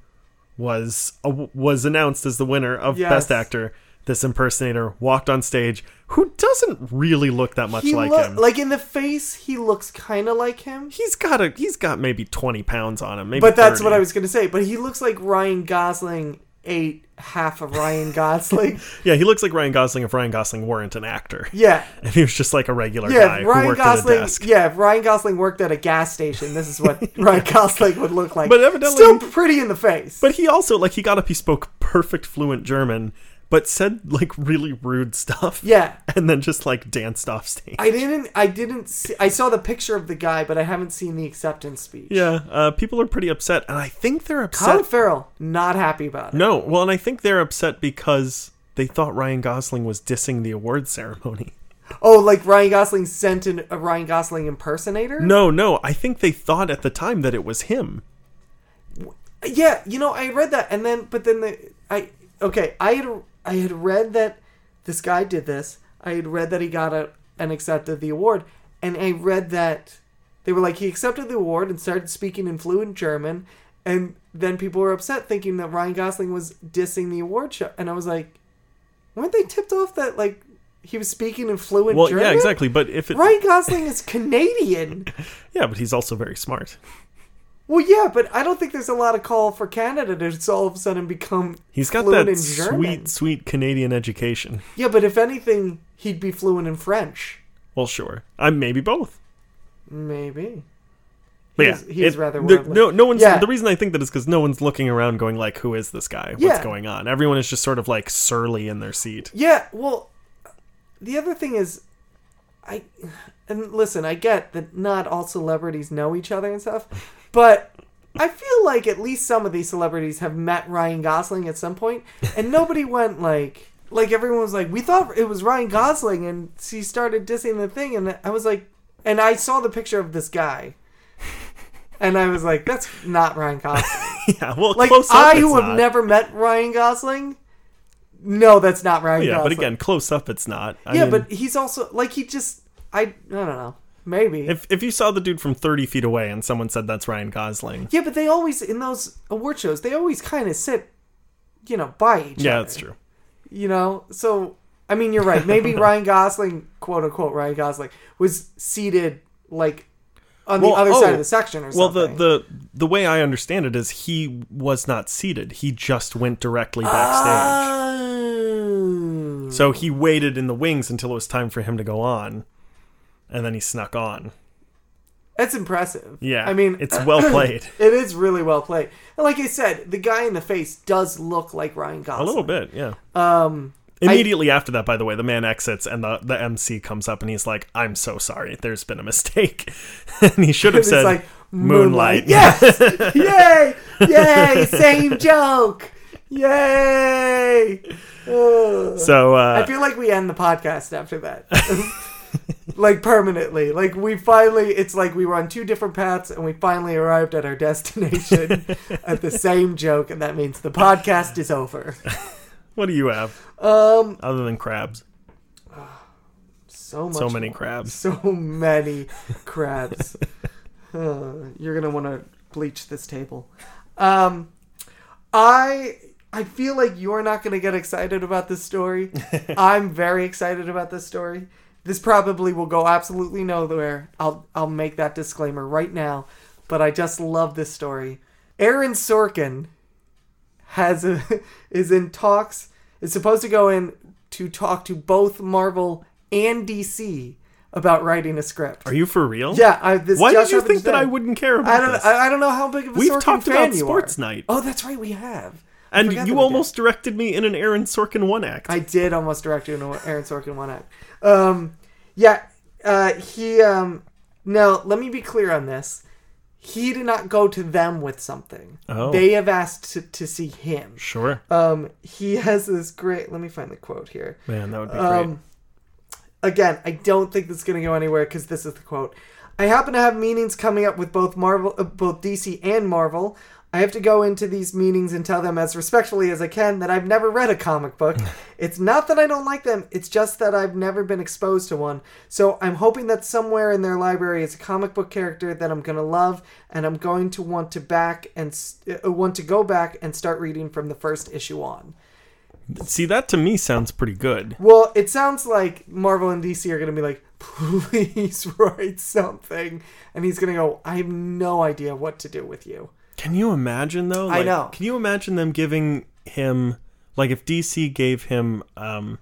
A: was uh, was announced as the winner of
B: Yes.
A: best actor this impersonator walked on stage who doesn't really look that much
B: He
A: like
B: look
A: him
B: like in the face. He looks kind of like him,
A: he's got a he's got maybe 20 pounds on him maybe
B: but that's what
A: 30.
B: I was gonna say. But he looks like Ryan Gosling ate half of Ryan Gosling.
A: yeah he looks like ryan gosling if ryan gosling weren't an actor
B: yeah.
A: and he was just like a regular
B: Yeah,
A: guy
B: if
A: who
B: Ryan
A: worked at a
B: Gosling.
A: desk
B: Yeah, if Ryan Gosling worked at a gas station, this is what Ryan Gosling would look like.
A: But evidently-
B: still pretty in the face.
A: but he also like he got up he spoke perfect fluent german but said like really rude stuff
B: yeah,
A: and then just like danced off stage
B: I didn't. I didn't. See, I saw the picture of the guy, but I haven't seen the acceptance speech.
A: yeah uh, people are pretty upset and i think they're upset
B: Colin Farrell not happy about it.
A: No, well, and I think they're upset because they thought Ryan Gosling was dissing the award ceremony.
B: Oh, like Ryan Gosling sent in a Ryan Gosling impersonator?
A: No, no, I think they thought at the time that it was him.
B: Yeah, you know, I read that and then but then the I okay, I had I had read that this guy did this. I had read that he got a, and accepted the award and I read that they were like he accepted the award and started speaking in fluent German and then people were upset thinking that Ryan Gosling was dissing the award show and I was like weren't they tipped off that like he was speaking in fluent
A: Well,
B: German?
A: yeah, exactly. But if it,
B: Ryan Gosling is Canadian.
A: yeah, but he's also very smart.
B: Well, yeah, but I don't think there's a lot of call for Canada to just all of a sudden become.
A: He's got
B: Fluent
A: that
B: in German.
A: sweet, sweet Canadian education.
B: Yeah, but if anything, he'd be fluent in French.
A: Well, sure, I'm maybe both.
B: Maybe.
A: But
B: He's-
A: yeah,
B: he's rather
A: there-
B: worldly.
A: no, no one's.
B: Yeah.
A: The reason I think that is because no one's looking around, going like, "Who is this guy? What's
B: Yeah.
A: going on?" Everyone is just sort of like surly in their seat.
B: Yeah, well, the other thing is, I and listen, I get that not all celebrities know each other and stuff, but I feel like at least some of these celebrities have met Ryan Gosling at some point, and nobody went like like everyone was like, we thought it was Ryan Gosling, and she started dissing the thing, and I was like, and I saw the picture of this guy, and I was like, that's not Ryan Gosling.
A: yeah, well,
B: Like
A: close up.
B: I
A: it's
B: who have
A: not.
B: never met Ryan Gosling, no, that's not Ryan
A: Oh, Yeah,
B: Gosling.
A: but again, close up, it's not. I
B: yeah,
A: mean,
B: but he's also like he just I I don't know maybe
A: if if you saw the dude from thirty feet away and someone said that's Ryan Gosling,
B: yeah, but they always in those award shows they always kind of sit, you know, by each
A: yeah,
B: other.
A: that's true.
B: You know, so I mean you're right. Maybe Ryan Gosling, quote unquote Ryan Gosling, was seated like on
A: Well,
B: the other
A: oh.
B: side of the section or
A: Well, the,
B: something.
A: the the way I understand it is he was not seated. He just went directly backstage.
B: Oh.
A: So he waited in the wings until it was time for him to go on, and then he snuck on.
B: That's impressive.
A: Yeah,
B: I mean
A: it's well played.
B: it is really well played. And like I said, the guy in the face does look like Ryan Gosling.
A: A little bit, yeah.
B: Um
A: Immediately after that, by the way, the man exits and the, the MC comes up and he's like, I'm so sorry. There's been a mistake. and he should have
B: It's
A: said,
B: like
A: Moonlight.
B: moonlight. Yes! Yay! Yay! Same joke. Yay! Ugh.
A: So,
B: I
A: uh,
B: feel like we end the podcast after that. like permanently. Like we finally it's like we were on two different paths and we finally arrived at our destination at the same joke and that means the podcast is over.
A: what do you have
B: Um
A: other than crabs?
B: so much
A: So many
B: more.
A: crabs.
B: So many crabs. Huh, you're gonna want to bleach this table. Um, I I feel like you're not gonna get excited about this story. I'm very excited about this story. This probably will go absolutely nowhere. I'll I'll make that disclaimer right now, but I just love this story. Aaron Sorkin has a, is in talks is supposed to go in to talk to both Marvel and DC about writing a script.
A: Are you for real?
B: Yeah, I, this
A: Why
B: just
A: did you
B: happened
A: think that
B: today.
A: I wouldn't care about
B: I don't.
A: this?
B: I, I don't know how big of a
A: We've
B: Sorkin
A: talked
B: fan
A: about
B: you
A: Sports
B: are.
A: Night.
B: Oh, that's right, we have. I forgot
A: and
B: that we
A: you
B: did.
A: almost directed me in an Aaron Sorkin one act.
B: I did almost direct you in a Aaron Sorkin one act. Um, yeah, uh, he. Um, now let me be clear on this. He did not go to them with something.
A: Oh.
B: They have asked to, to see him.
A: sure.
B: Um, he has this great. Let me find the quote here.
A: Man, that would be great.
B: Um, again, I don't think this is going to go anywhere because this is the quote. I happen to have meetings coming up with both Marvel, uh, both DC and Marvel. I have to go into these meetings and tell them as respectfully as I can that I've never read a comic book. it's not that I don't like them, it's just that I've never been exposed to one. So I'm hoping that somewhere in their library is a comic book character that I'm going to love and I'm going to want to back and s- uh, want to go back and start reading from the first issue on.
A: See, that to me sounds pretty good.
B: Well, it sounds like Marvel and DC are going to be like, please write something. And he's going to go, I have no idea what to do with you.
A: Can you imagine though?
B: I
A: Like,
B: know.
A: Can you imagine them giving him like if DC gave him um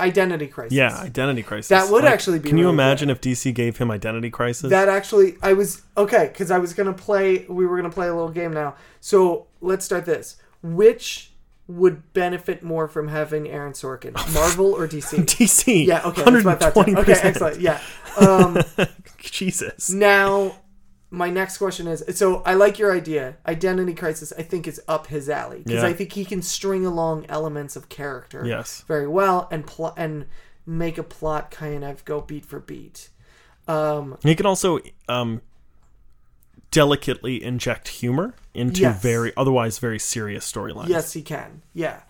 B: Identity crisis.
A: yeah identity crisis?
B: That would
A: Like,
B: actually be
A: Can you
B: really
A: imagine if DC gave him identity crisis?
B: That actually, I was, okay, because I was going to play, we were going to play a little game now. So let's start this. Which would benefit more from having Aaron Sorkin, Marvel or DC?
A: DC.
B: Yeah, okay. That's
A: Hundred
B: what I
A: and
B: thought.
A: twenty
B: too. Okay,
A: percent.
B: excellent. Yeah. Um,
A: Jesus.
B: Now, my next question is so I like your idea. Identity crisis, I think, is up his alley because
A: Yeah.
B: I think he can string along elements of character
A: Yes.
B: very well and pl- and make a plot kind of go beat for beat. Um,
A: He can also um delicately inject humor into
B: Yes.
A: very otherwise very serious storylines.
B: yes, he can. Yeah.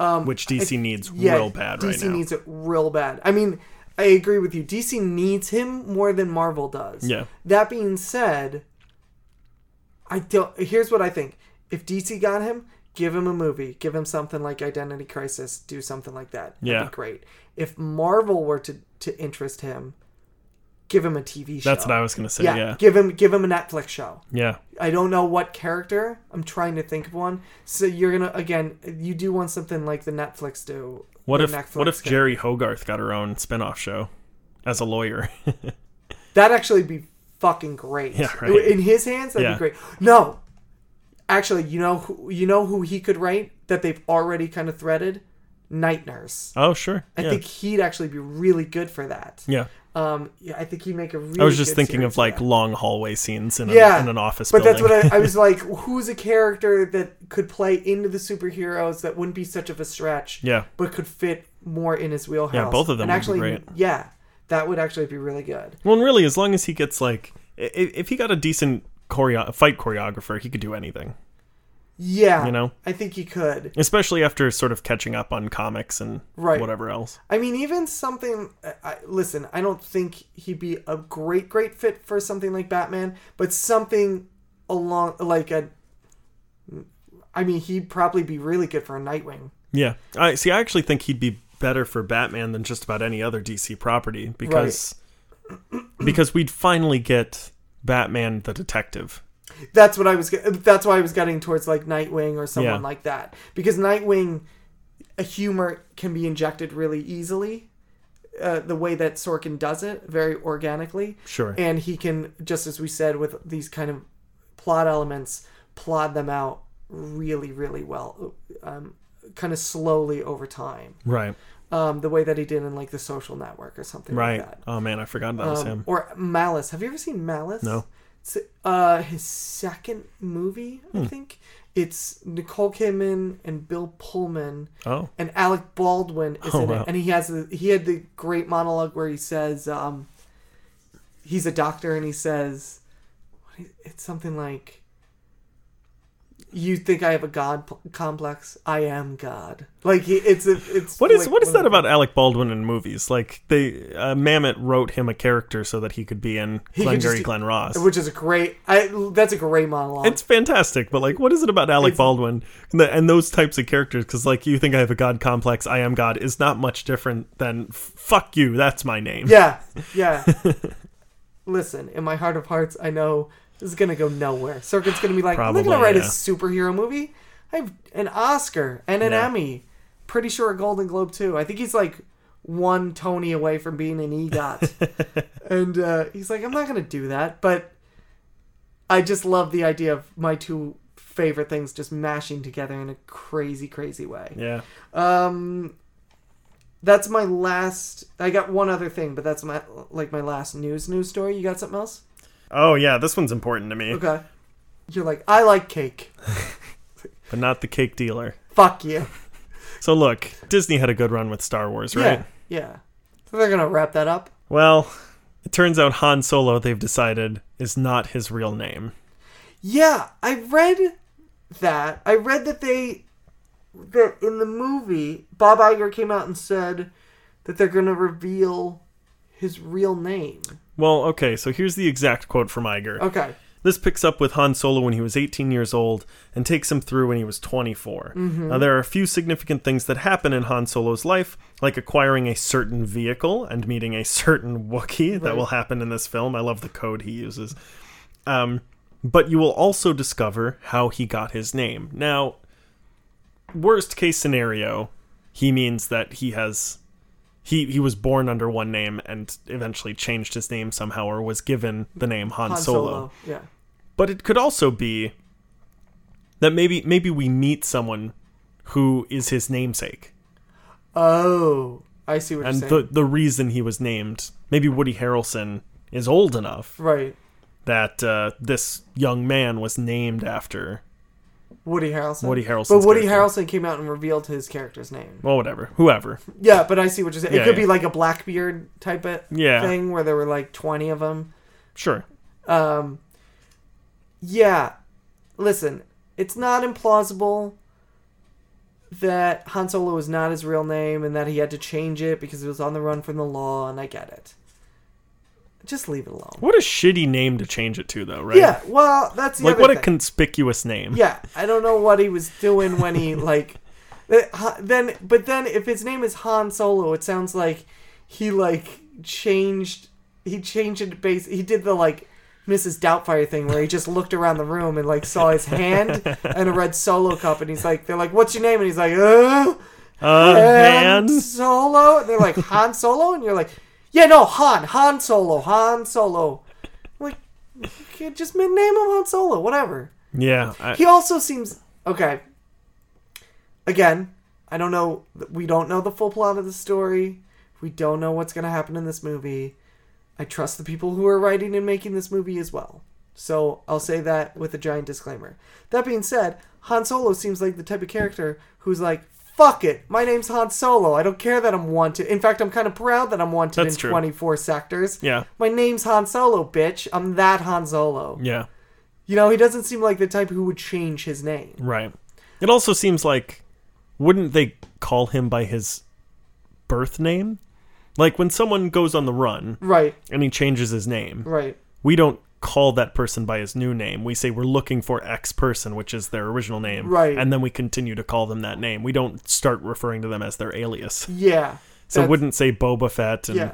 B: Um,
A: Which DC needs
B: yeah,
A: real bad
B: DC
A: right now.
B: needs it real bad. I mean, I agree with you. DC needs him more than Marvel does.
A: Yeah.
B: That being said, I don't. Here's what I think: if DC got him, give him a movie, give him something like Identity Crisis, do something like that. That'd
A: Yeah.
B: be great. If Marvel were to to interest him, give him a TV show.
A: That's what I was gonna say.
B: yeah,
A: Yeah.
B: give him give him a Netflix show.
A: Yeah.
B: I don't know what character. I'm trying to think of one. So you're gonna again, you do want something like the Netflix do.
A: What
B: the
A: if
B: Netflix
A: what if
B: do.
A: Jerry Hogarth got her own spin-off show as a lawyer?
B: That actually be fucking great.
A: Yeah, right.
B: In his hands, that'd
A: Yeah.
B: be great. No, actually, you know who you know who he could write that they've already kind of threaded. Night Nurse.
A: oh, sure.
B: I
A: yeah.
B: think he'd actually be really good for that.
A: yeah.
B: Um, yeah, I think he'd make a really.
A: I was just
B: good
A: thinking
B: series
A: of like
B: that.
A: long hallway scenes in,
B: Yeah,
A: an, in an office
B: But
A: building.
B: that's what I, I was like. Who's a character that could play into the superheroes that wouldn't be such of a stretch,
A: yeah,
B: but could fit more in his wheelhouse?
A: both of them
B: And
A: would be
B: actually,
A: great.
B: yeah, that would actually be really good.
A: Well, and really, as long as he gets like, i- i- if he got a decent choreo- fight choreographer, he could do anything.
B: Yeah,
A: You know?
B: I think he could.
A: Especially after sort of catching up on comics and
B: Right.
A: whatever else.
B: I mean, even something. I- I, listen, I don't think he'd be a great, great fit for something like Batman, but something along like a. I mean, he'd probably be really good for a Nightwing.
A: Yeah, I see. I actually think he'd be better for Batman than just about any other DC property because because we'd finally get Batman the detective.
B: That's what I was. ge- That's why I was getting towards like Nightwing or someone
A: Yeah.
B: like that because Nightwing, a humor can be injected really easily, uh, the way that Sorkin does it very organically.
A: Sure.
B: and he can just as we said with these kind of plot elements plod them out really really well um, kind of slowly over time
A: right.
B: um, the way that he did in like the social network or something
A: Right.
B: like that
A: Oh man, I forgot that was
B: Um,
A: him.
B: or malice have you ever seen malice
A: No.
B: it's, uh, his second movie
A: Hmm.
B: i think it's nicole kidman and bill pullman
A: Oh,
B: and Alec Baldwin is
A: Oh,
B: in
A: wow.
B: it, and he has the he had the great monologue where he says um, he's a doctor, and he says what is- it's something like, "You think I have a god p- complex? I am God." Like he, it's a, it's
A: what is
B: like
A: what is
B: one
A: that
B: of-
A: about Alec Baldwin in movies? Like they uh, Mamet wrote him a character so that he could be in
B: could
A: Glengarry
B: just-
A: Glen Ross.
B: Which is a great. I that's a great monologue.
A: It's fantastic, but like, what is it about Alec
B: It's-
A: Baldwin and, the, and those types of characters? Because like, you think I have a god complex? I am God is not much different than "F- fuck you. That's my name.
B: yeah, yeah. Listen, in my heart of hearts, I know this is gonna go nowhere. Circuit's gonna be like, I'm not
A: Probably,
B: gonna write a
A: yeah.
B: superhero movie. I have an Oscar and an
A: Yeah.
B: Emmy. Pretty sure a Golden Globe too. I think he's like one Tony away from being an EGOT, and uh, he's like, I'm not gonna do that. But I just love the idea of my two favorite things just mashing together in a crazy, crazy way.
A: Yeah.
B: Um, that's my last. I got one other thing, but that's my like my last news news story. You got something else?
A: Oh yeah, this one's important to me,
B: Okay. You're like, I like cake.
A: but not the cake dealer.
B: Fuck you.
A: So look, Disney had a good run with Star Wars, right?
B: Yeah. Yeah. So they're gonna wrap that up.
A: Well, it turns out Han Solo they've decided is not his real name.
B: Yeah, I read that. I read that they that in the movie Bob Iger came out and said that they're gonna reveal his real name.
A: Well, okay, so here's the exact quote from Iger.
B: Okay.
A: This picks up with Han Solo when he was 18 years old and takes him through when he was 24. Now, there are a few significant things that happen in Han Solo's life, like acquiring a certain vehicle and meeting a certain Wookiee that will happen in this film. I love the code he uses. Um, but you will also discover how he got his name. Now, worst case scenario, he means that he has. He, he was born under one name and eventually changed his name somehow or was given the name Han,
B: Han
A: Solo
B: Solo. Yeah.
A: but it could also be that maybe maybe we meet someone who is his namesake
B: Oh, I see what
A: and
B: you're saying.
A: the the reason he was named maybe Woody Harrelson is old enough
B: right.
A: that uh, this young man was named after
B: Woody Harrelson.
A: Woody Harrelson's
B: But Woody
A: character.
B: Harrelson came out and revealed his character's name.
A: well whatever whoever
B: Yeah, but I see what you're saying.
A: Yeah,
B: it could be
A: yeah.
B: like a Blackbeard type of
A: Yeah.
B: thing where there were like 20 of them.
A: sure
B: Um, yeah. Listen, it's not implausible that Han Solo is not his real name and that he had to change it because he was on the run from the law, and I get it. Just leave it alone.
A: what a shitty name to change it to though right
B: Yeah, well, that's the
A: like
B: other
A: what a
B: thing.
A: conspicuous name
B: Yeah, I don't know what he was doing when he like eh, Ha- then but then if his name is Han Solo, it sounds like he like changed he changed it base he did the like Mrs. Doubtfire thing where he just looked around the room and like saw his hand and a red solo cup and he's like they're like what's your name and he's like uh
A: uh,
B: Han
A: man
B: Solo and they're like Han Solo and you're like yeah no Han Han Solo Han Solo I'm like you can't just name him Han Solo whatever
A: yeah I,
B: he also seems okay. Again, I don't know. We don't know the full plot of the story. We don't know what's going to happen in this movie. I trust the people who are writing and making this movie as well. So I'll say that with a giant disclaimer. That being said, Han Solo seems like the type of character who's like, fuck it, my name's Han Solo. I don't care that I'm wanted. In fact, I'm kind of proud that I'm wanted
A: That's
B: in
A: true.
B: 24 sectors.
A: Yeah.
B: My name's Han Solo, bitch. I'm that Han Solo.
A: Yeah.
B: You know, he doesn't seem like the type who would change his name.
A: Right. It also seems like wouldn't they call him by his birth name? Like when someone goes on the run
B: Right,
A: and he changes his name,
B: right.
A: we don't call that person by his new name. We say we're looking for X person, which is their original name.
B: Right.
A: And then we continue to call them that name. We don't start referring to them as their alias.
B: Yeah.
A: So
B: That's-
A: wouldn't say Boba Fett and
B: Yeah.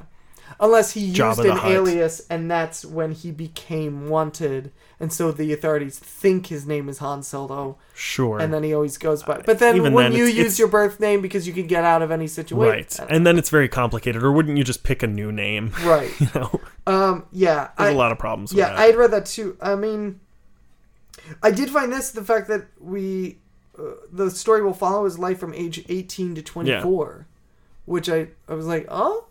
B: Unless he used
A: Jabba the
B: an
A: Hutt.
B: alias, and that's when he became wanted, and so the authorities think his name is Han Solo,
A: sure.
B: and then he always goes by. But then
A: Uh, even
B: when
A: then,
B: you
A: it's-
B: use
A: it's-
B: your birth name because you can get out of any
A: right.
B: situation,
A: And then it's very complicated. Or wouldn't you just pick a new name?
B: uh, right?
A: you know?
B: Um, yeah,
A: There's a
B: I-
A: lot of problems with
B: yeah,
A: that.
B: I had read that too. I mean, I did find this the fact that we uh, the story will follow his life from age 18 to 24, which I I was like, "Oh,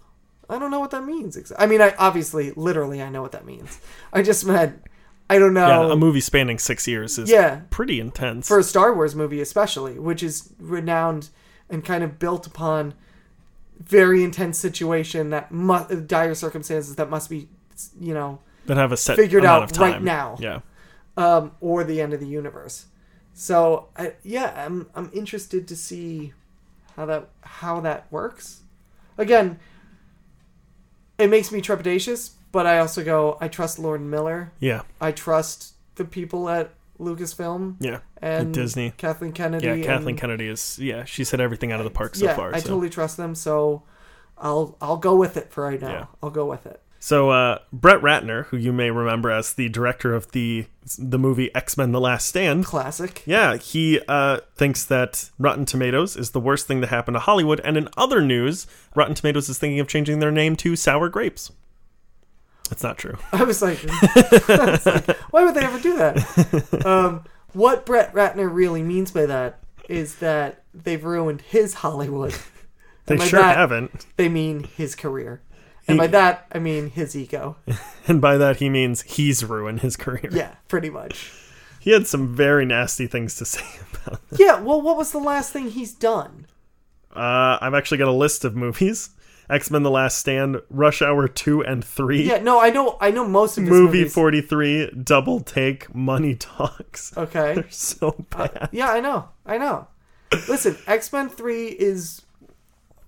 B: I don't know what that means." exa- I mean, I obviously literally I know what that means. I just meant I don't know.
A: yeah, a movie spanning six years is
B: yeah,
A: pretty intense.
B: for a Star Wars movie especially, which is renowned and kind of built upon very intense situation that mu- dire circumstances that must be, you know,
A: that have a set
B: figured
A: amount of
B: out
A: time.
B: right now.
A: Yeah,
B: um, or the end of the universe. So I, yeah, I'm I'm interested to see how that how that works. Again, it makes me trepidatious, but I also go I trust Lord Miller.
A: yeah,
B: I trust the people at Lucasfilm
A: yeah.
B: and
A: Disney.
B: Kathleen Kennedy.
A: Yeah, Kathleen
B: and-
A: Kennedy is. Yeah, she's hit everything out of the park so
B: yeah,
A: far.
B: I
A: so,
B: totally trust them. So I'll I'll go with it for right now.
A: Yeah.
B: I'll go with it.
A: so uh, Brett Ratner, who you may remember as the director of the the movie X Men: The Last Stand.
B: Classic.
A: Yeah, he uh, thinks that Rotten Tomatoes is the worst thing to happen to Hollywood. And in other news, Rotten Tomatoes is thinking of changing their name to Sour Grapes. That's not true.
B: I was like, I was like, why would they ever do that? Um, what Brett Ratner really means by that is that they've ruined his Hollywood.
A: They
B: by
A: sure
B: that-
A: haven't.
B: They mean his career. And by that, I mean his ego.
A: And by that, he means he's ruined his career.
B: Yeah, pretty much.
A: He had some very nasty things to say about
B: Yeah, well, what was the last thing he's done?
A: Uh, I've actually got a list of movies: X Men: The Last Stand, Rush Hour Two and Three,
B: Yeah, no, I know I know most of his
A: Movie
B: movies.
A: Forty Three, Double Take, Money Talks.
B: Okay.
A: They're so
B: uh,
A: bad.
B: Yeah, I know. I know. Listen, X-Men 3 is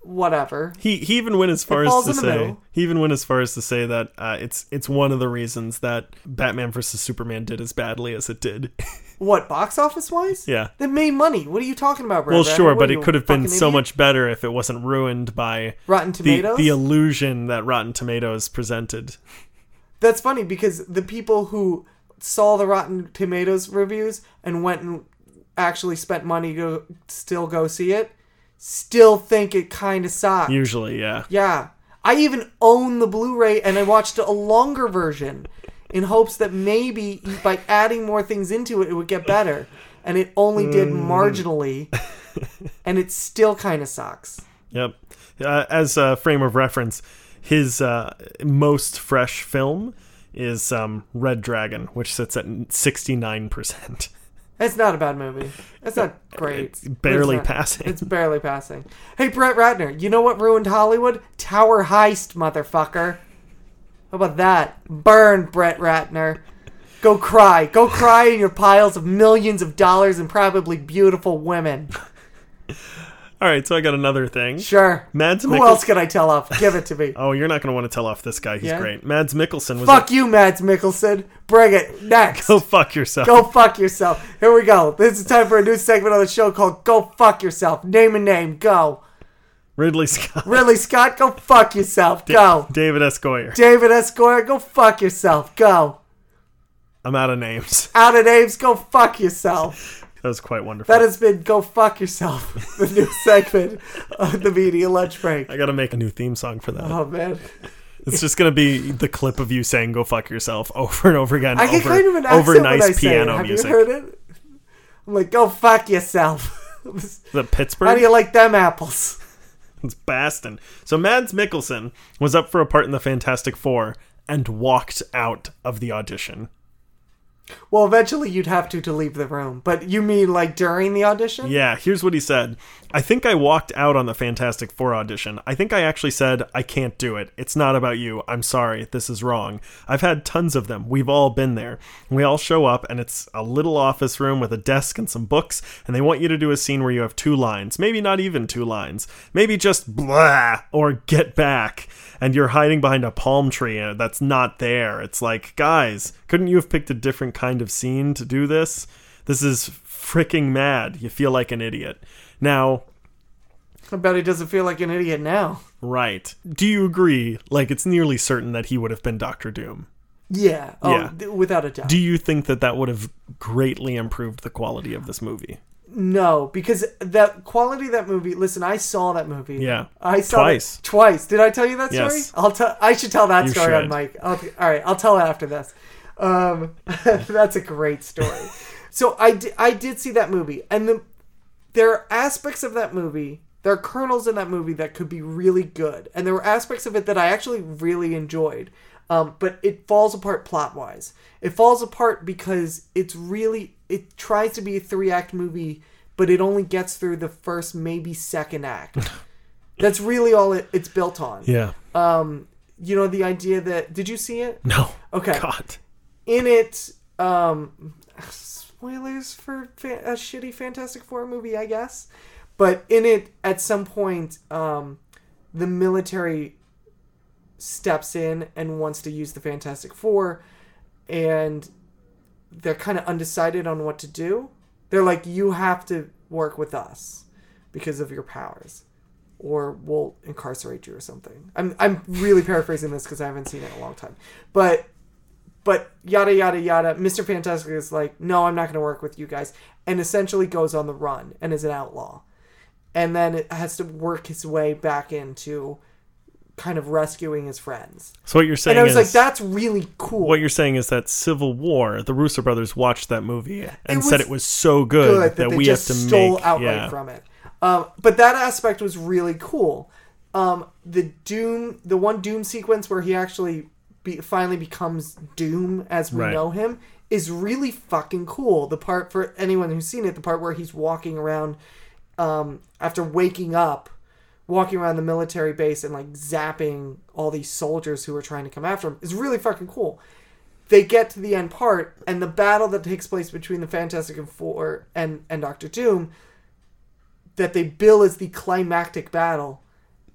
B: whatever.
A: He he even went as far as
B: falls
A: to
B: in the
A: say
B: middle.
A: he even went as far as to say that uh, it's it's one of the reasons that Batman vs Superman did as badly as it did.
B: What, box office wise?
A: yeah.
B: They made money. What are you talking about, Brett
A: Well,
B: Ratner?
A: sure,
B: What
A: but
B: are you,
A: it
B: a
A: could have been
B: fucking
A: so
B: idiot?
A: much better if it wasn't ruined by
B: Rotten
A: the
B: Tomatoes.
A: the illusion that Rotten Tomatoes presented.
B: That's funny because the people who saw the Rotten Tomatoes reviews and went and actually spent money to still go see it still think it kind of sucked.
A: Usually, yeah.
B: yeah. I even own the Blu-ray and I watched a longer version in hopes that maybe by adding more things into it it would get better. And it only did marginally. and it still kind of sucks.
A: Yep. Uh, as a frame of reference, his uh, most fresh film is um, Red Dragon, which sits at 69%.
B: It's not a bad movie. It's not great.
A: It's barely
B: It's not-
A: passing.
B: It's barely passing. Hey, Brett Ratner, you know what ruined Hollywood? Tower heist, motherfucker. How about that? Burn, Brett Ratner. Go cry. Go cry in your piles of millions of dollars and probably beautiful women.
A: All right, so I got another thing.
B: Sure.
A: Mads
B: Who
A: Mikkel-
B: else can I tell off? Give it to me.
A: Oh, you're not going to want to tell off this guy. He's
B: Yeah?
A: great. Mads Mikkelsen was.
B: Fuck you, Mads Mikkelsen. Bring it. Next.
A: a- oh, fuck yourself.
B: Go fuck yourself. Here we go. This is time for a new segment on the show called Go Fuck Yourself. Name a name. Go.
A: Ridley Scott.
B: Ridley Scott, go fuck yourself. Go.
A: David S. Goyer.
B: David S. Goyer, go fuck yourself. Go.
A: I'm out of names.
B: Out of names, go fuck yourself.
A: That was quite wonderful.
B: That has been Go Fuck Yourself, the new segment of the media lunch break.
A: I got to make a new theme song for that.
B: Oh, man.
A: It's just going to be the clip of you saying "Go fuck yourself" over and over again
B: I get
A: over,
B: kind of an accent
A: over
B: when
A: nice
B: I say
A: piano
B: it. Have
A: music.
B: you heard it? I'm like, go fuck yourself.
A: the Pittsburgh.
B: How do you like them apples?
A: It's Bastin. So Mads Mikkelsen was up for a part in the Fantastic Four and walked out of the audition.
B: Well, eventually you'd have to to leave the room. But you mean like during the audition?
A: Yeah, here's what he said. I think I walked out on the Fantastic Four audition. I think I actually said, I can't do it. It's not about you. I'm sorry. This is wrong. I've had tons of them. We've all been there. We all show up, and it's a little office room with a desk and some books, and they want you to do a scene where you have two lines. Maybe not even two lines. Maybe just blah or get back. And you're hiding behind a palm tree uh, that's not there. It's like, guys, couldn't you have picked a different kind of scene to do this? This is freaking mad. You feel like an idiot. Now,
B: I bet he doesn't feel like an idiot now.
A: right. Do you agree? Like, it's nearly certain that he would have been Doctor Doom.
B: Yeah. Oh,
A: Yeah.
B: th- without a doubt.
A: Do you think that that would have greatly improved the quality of this movie?
B: no, because that quality of that movie. Listen, I saw that movie.
A: Yeah.
B: I saw it
A: Twice.
B: twice. Did I tell you that story?
A: Yes.
B: I'll tell. I should tell that
A: You
B: story on
A: should.
B: Mike. Okay. All right. I'll tell it after this. Um, that's a great story. so I di- I did see that movie, and the there are aspects of that movie, there are kernels in that movie that could be really good, and there were aspects of it that I actually really enjoyed. Um, but it falls apart plot wise. It falls apart because it's really it tries to be a three act movie, but it only gets through the first maybe second act. That's really all it, it's built on.
A: Yeah.
B: You know the idea that did you see it?
A: No.
B: Okay.
A: God.
B: in it um spoilers for fa- a shitty fantastic four movie i guess but in it at some point um the military steps in and wants to use the fantastic four and they're kind of undecided on what to do they're like you have to work with us because of your powers or we'll incarcerate you or something i'm, I'm really paraphrasing this because i haven't seen it in a long time but but yada yada yada mr fantastic is like no i'm not going to work with you guys and essentially goes on the run and is an outlaw and then it has to work his way back into kind of rescuing his friends
A: So what you're saying
B: and i was
A: is
B: like that's really cool
A: what you're saying is that Civil War, the Russo brothers watched that movie and
B: was
A: said it was so good,
B: good
A: that,
B: that, they
A: we have
B: just
A: to
B: stole
A: make
B: outright
A: yeah.
B: from it. Um, but that aspect was really cool. Um, the Doom, the one Doom sequence where he actually be, finally becomes Doom as we
A: Right.
B: know him is really fucking cool. The part for anyone who's seen it, the part where he's walking around um, after waking up, walking around the military base and like zapping all these soldiers who are trying to come after him is really fucking cool they get to the end part and the battle that takes place between the Fantastic Four and, and Doctor Doom that they bill as the climactic battle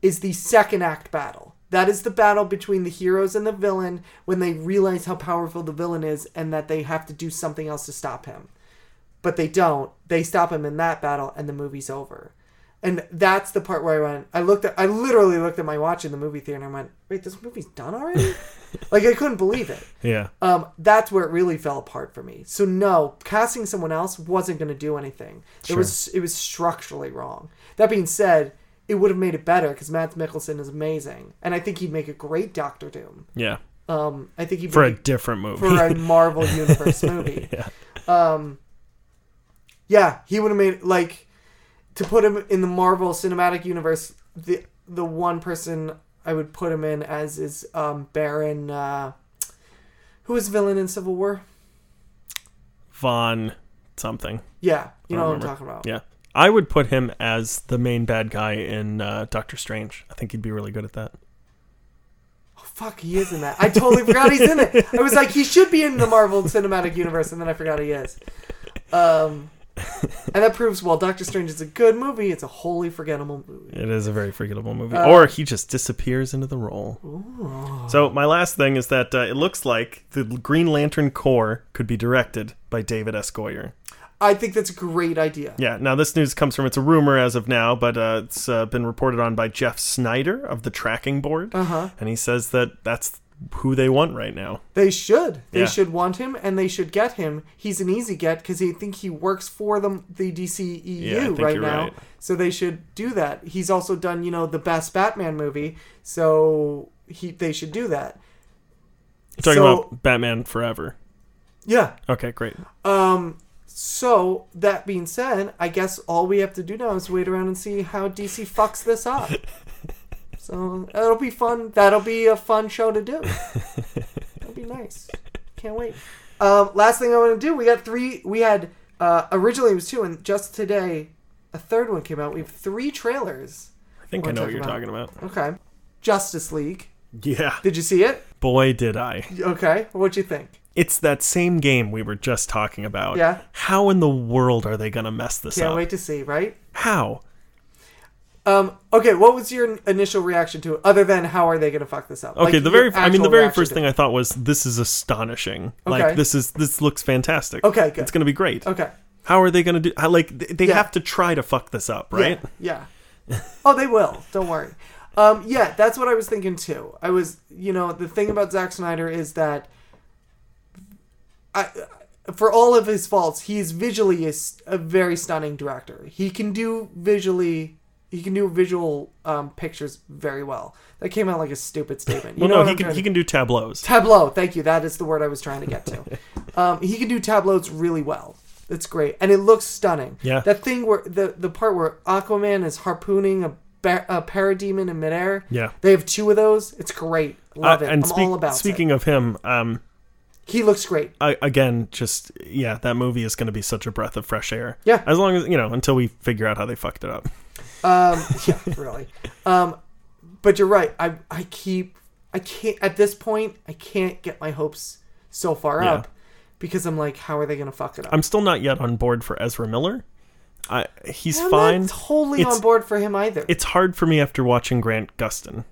B: is the second act battle. That is the battle between the heroes and the villain when they realize how powerful the villain is and that they have to do something else to stop him. But they don't. They stop him in that battle and the movie's over. And that's the part where I went I looked at I literally looked at my watch in the movie theater and I went, Wait, this movie's done already? like I couldn't believe it
A: Yeah.
B: um, that's where it really fell apart for me. So no, casting someone else wasn't going to do anything. It was it was structurally wrong. That being said, it would have made it better because Matt Mickelson is amazing, and I think he'd make a great Doctor Doom.
A: Yeah.
B: Um, I think he'd
A: For a
B: make
A: different movie.
B: for a Marvel Universe movie. Um, yeah, he would have made like to put him in the Marvel Cinematic Universe. The the one person I would put him in as is um, Baron, uh, who was villain in Civil War.
A: Vaughn something.
B: Yeah, you
A: I
B: know what I'm
A: remember.
B: talking about.
A: Yeah. I would put him as the main bad guy in uh, Doctor Strange. I think he'd be really good at that.
B: Oh, fuck, he is in that. I totally forgot he's in it. I was like, he should be in the Marvel Cinematic Universe, and then I forgot he is. Um, and that proves while Doctor Strange is a good movie, it's a wholly forgettable movie.
A: It is a very forgettable movie.
B: Uh,
A: or he just disappears into the role. So, my last thing is that uh, it looks like the Green Lantern Corps could be directed by David S. Goyer.
B: I think that's a great idea.
A: Yeah, now this news comes from, it's a rumor as of now, but uh, it's uh, been reported on by Jeff Snyder of the tracking board.
B: Uh huh.
A: And he says that that's who they want right now.
B: They should. They
A: Yeah.
B: should want him, and they should get him. He's an easy get because they think he works for them, the DCEU
A: Yeah, I think
B: right
A: you're
B: now.
A: right.
B: So they should do that. He's also done, you know, the best Batman movie. So he, they should do that.
A: Talking
B: So-
A: about Batman Forever.
B: Yeah.
A: Okay, great.
B: Um. So that being said, I guess all we have to do now is wait around and see how DC fucks this up. so that'll be fun. That'll be a fun show to do. nice. Can't wait. Um, last thing I want to do, we got three. We had uh, originally it was two, and just today a third one came out. We have three trailers.
A: I think I
B: We'll
A: know
B: talk
A: what you're
B: about-
A: talking about.
B: Okay, Justice League.
A: Yeah.
B: Did you see it?
A: Boy, did I.
B: Okay, what'd you think?
A: It's that same game we were just talking about.
B: Yeah.
A: How in the world are they going to mess this
B: Can't
A: up?
B: wait to see. Right?
A: How?
B: Um, okay, what was your initial reaction to it, other than how are they going to fuck this up?
A: Okay,
B: Like,
A: the very
B: your
A: I mean the
B: actual
A: very
B: reaction
A: first
B: to
A: thing
B: it.
A: I thought was this is astonishing. Like
B: Okay.
A: this is this looks fantastic.
B: Okay, good.
A: It's going to be great.
B: okay,
A: How are they going to do how, like th- they
B: Yeah.
A: have to try to fuck this up, right?
B: Yeah. yeah. oh, they will. Don't worry. Um, yeah, that's what I was thinking too. I was, you know, the thing about Zack Snyder is that, I, for all of his faults, he is visually a, s- a very stunning director. He can do visually, he can do visual um, pictures very well. That came out like a stupid statement. You
A: Well,
B: know
A: no,
B: what
A: he
B: I'm
A: can
B: trying
A: he
B: to-
A: can do tableaus.
B: Tableau. Thank you. That is the word I was trying to get to. um, he can do tableaus really well. It's great, and it looks stunning.
A: Yeah.
B: That thing where the the part where Aquaman is harpooning a, ba- a parademon in midair.
A: Yeah.
B: They have two of those. It's great. Love
A: Uh,
B: it.
A: and
B: I'm
A: speak-
B: all about
A: speaking of him, um
B: it. He looks great.
A: I, again, just yeah, that movie is going to be such a breath of fresh air.
B: Yeah.
A: as long as you know until we figure out how they fucked it up.
B: Um, yeah, really. Um, but you're right. I I keep I can't at this point I can't get my hopes so far
A: Yeah.
B: up because I'm like, how are they gonna fuck it up?
A: I'm still not yet on board for Ezra Miller. I he's
B: I'm
A: fine.
B: Not totally
A: It's-
B: on board for him either.
A: It's hard for me after watching Grant Gustin.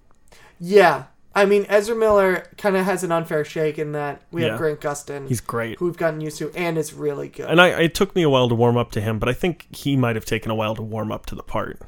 B: Yeah. I mean, Ezra Miller kind of has an unfair shake in that we
A: Yeah.
B: have Grant Gustin,
A: He's great.
B: who we've gotten used to, and is really good.
A: And I, it took me a while to warm up to him, but I think he might have taken a while to warm up to the part.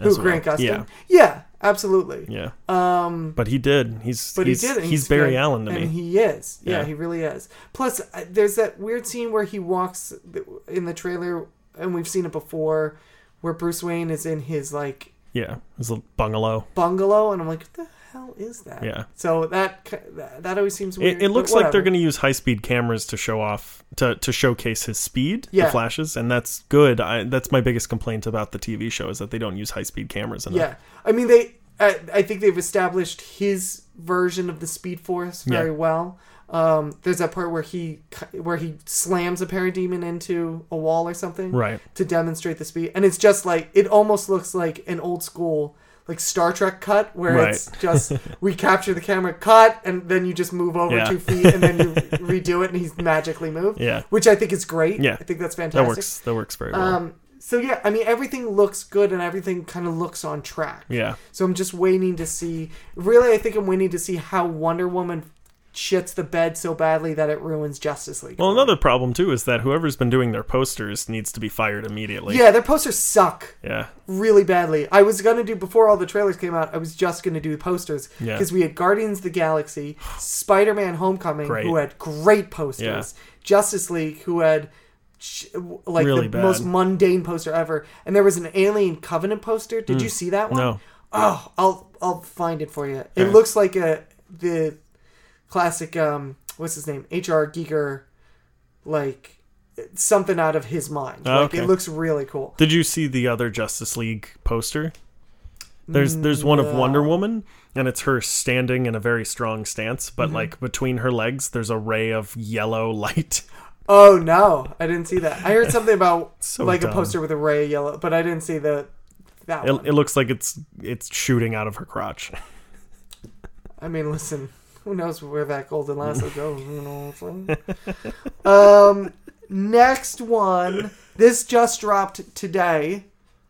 B: who,
A: as well.
B: Grant Gustin?
A: Yeah,
B: Yeah, absolutely.
A: yeah.
B: Um,
A: But he did. He's
B: but
A: he's,
B: he did. and
A: He's, Barry
B: good,
A: Allen to me.
B: and he is. Yeah,
A: Yeah.
B: he really is. Plus, I- there's that weird scene where he walks th- in the trailer, and we've seen it before, where Bruce Wayne is in his like
A: yeah, his little bungalow.
B: bungalow, and I'm like, what the hell is that?
A: Yeah.
B: So that ki- that that always seems weird.
A: It, it
B: Mm, but
A: looks like they're
B: whatever.
A: going to use high speed cameras to show off to to showcase his speed, the
B: Yeah.
A: flashes, and that's good. I, that's my biggest complaint about the TV show is that they don't use high speed cameras enough.
B: Yeah, I mean they. I, I think they've established his version of the Speed Force very
A: Yeah.
B: well. Um, there's that part where he where he slams a parademon into a wall or something
A: Right.
B: to demonstrate the speed, and it's just like it almost looks like an old school like Star Trek cut where it's just we capture the camera cut and then you just move over
A: Yeah.
B: two feet and then you redo it and he's magically moved.
A: Yeah.
B: which I think is great.
A: Yeah.
B: I think that's fantastic.
A: That works. That works very well.
B: Um, so yeah, I mean everything looks good and everything kind of looks on track.
A: yeah.
B: So I'm just waiting to see. Really, I think I'm waiting to see how Wonder Woman shits the bed so badly that it ruins Justice League.
A: Well, another problem too is that whoever's been doing their posters needs to be fired immediately.
B: yeah, their posters suck
A: Yeah.
B: really badly. I was gonna do before all the trailers came out. I was just gonna do posters
A: Yeah.
B: because we had Guardians of the Galaxy, Spider-Man: Homecoming,
A: Great.
B: who had great posters, Justice League, who had sh- like
A: Really
B: the
A: bad.
B: most mundane poster ever, and there was an Alien Covenant poster.
A: Hmm.
B: Did you see that one?
A: No.
B: Oh, I'll I'll find it for you.
A: Okay.
B: It looks like a the classic um what's his name H.R. Giger like something out of his mind.
A: Oh,
B: like
A: okay.
B: it looks really cool.
A: Did you see the other Justice League poster? There's there's one of Wonder Woman and it's her standing in a very strong stance, but
B: Mm-hmm.
A: like between her legs there's a ray of yellow light.
B: Oh no, I didn't see that. I heard something about
A: So
B: like
A: dumb.
B: a poster with a ray of yellow, but I didn't see the that
A: It,
B: one.
A: it looks like it's it's shooting out of her crotch.
B: I mean, listen, who knows where that golden lasso goes? You know what I'm saying? um, next one. This just dropped today,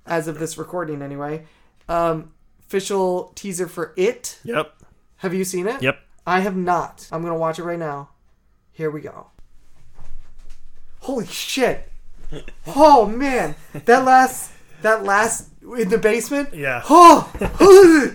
B: as of this recording, anyway. Um, official teaser for it.
A: Yep.
B: Have you seen it?
A: Yep.
B: I have not. I'm gonna watch it right now. Here we go. Holy shit! Oh man, that last that last in the basement.
A: Yeah.
B: Oh,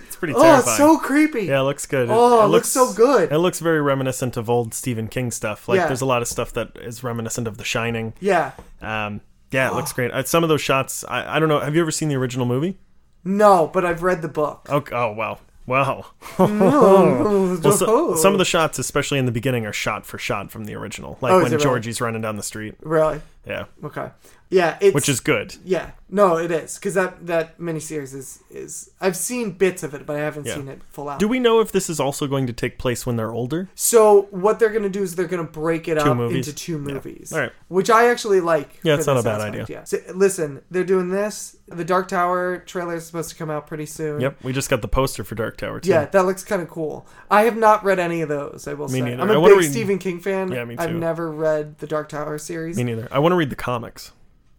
B: it's
A: pretty
B: Oh, it's
A: terrifying.
B: so creepy.
A: Yeah, it looks good.
B: Oh, it looks so good.
A: It looks very reminiscent of old Stephen King stuff. Like
B: Yeah.
A: there's a lot of stuff that is reminiscent of The Shining.
B: Yeah.
A: Um, yeah, it
B: oh.
A: looks great. Uh, some of those shots, I, I don't know. Have you ever seen the original movie?
B: No, but I've read the book.
A: Okay. Oh, wow. Wow.
B: well,
A: Oh. Well,
B: Oh.
A: so, some of the shots, especially in the beginning, are shot for shot from the original. Like
B: Oh, is
A: when
B: it really?
A: Georgie's running down the street.
B: really
A: Yeah,
B: Okay. Yeah, it's
A: which is good.
B: yeah. No, it is because that that miniseries is is I've seen bits of it, but I haven't
A: Yeah.
B: seen it full out.
A: Do we know if this is also going to take place when they're older?
B: so what they're gonna do is they're gonna break it up
A: movies?
B: into two movies.
A: All right.
B: Which I actually like.
A: Yeah,
B: for
A: it's not
B: this
A: a bad
B: aspect, Yeah. So, listen, they're doing this. The Dark Tower trailer is supposed to come out pretty soon.
A: Yep, we just got the poster for Dark Tower too.
B: Yeah, that looks kind of cool. I have not read any of those. I will
A: Me
B: say
A: neither.
B: I'm a
A: I wonder
B: big
A: we-
B: Stephen King fan.
A: Yeah, me
B: I've
A: too.
B: never read the Dark Tower series.
A: Me neither. I want to read the comics.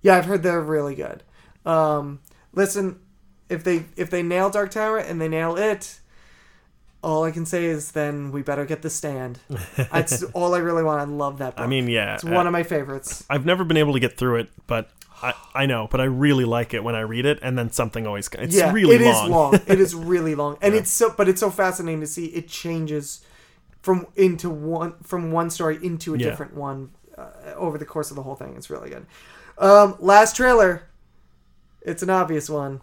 B: Yeah, I've heard they're really good. Um, listen, if they if they nail Dark Tower and they nail it, all I can say is then we better get the stand. That's all I really want. I love that book.
A: I mean, uh, yeah,
B: it's one of my favorites.
A: I've never been able to get through it, but I, I know, but I really like it when I read it, and then something always it's
B: yeah,
A: really
B: it is
A: long.
B: long. It is really long, and it's so but it's so fascinating to see it changes from into one from one story into a
A: Yeah.
B: different one uh, over the course of the whole thing. It's really good. Um, last trailer. It's an obvious one.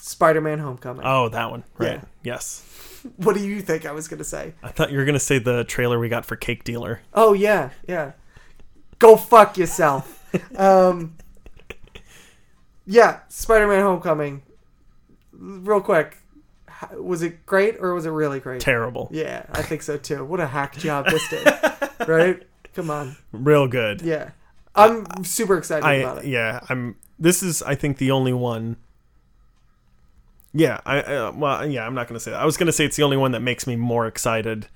B: Spider-Man: Homecoming.
A: Oh, that one, right?
B: Yeah.
A: Yes,
B: What do you think I was going to say?
A: I thought you were gonna say the trailer we got for Cake Dealer.
B: Oh yeah, yeah. Go fuck yourself. um, yeah, Spider-Man: Homecoming. Real quick, h- was it great or was it really great?
A: Terrible,
B: Yeah, I think so too. What a hack job this did, right? Come on.
A: real good.
B: Yeah, I'm super excited about
A: I
B: it.
A: yeah, I'm. This is I think the only one. Yeah, I uh, well yeah, I'm not gonna say that. I was gonna say it's the only one that makes me more excited.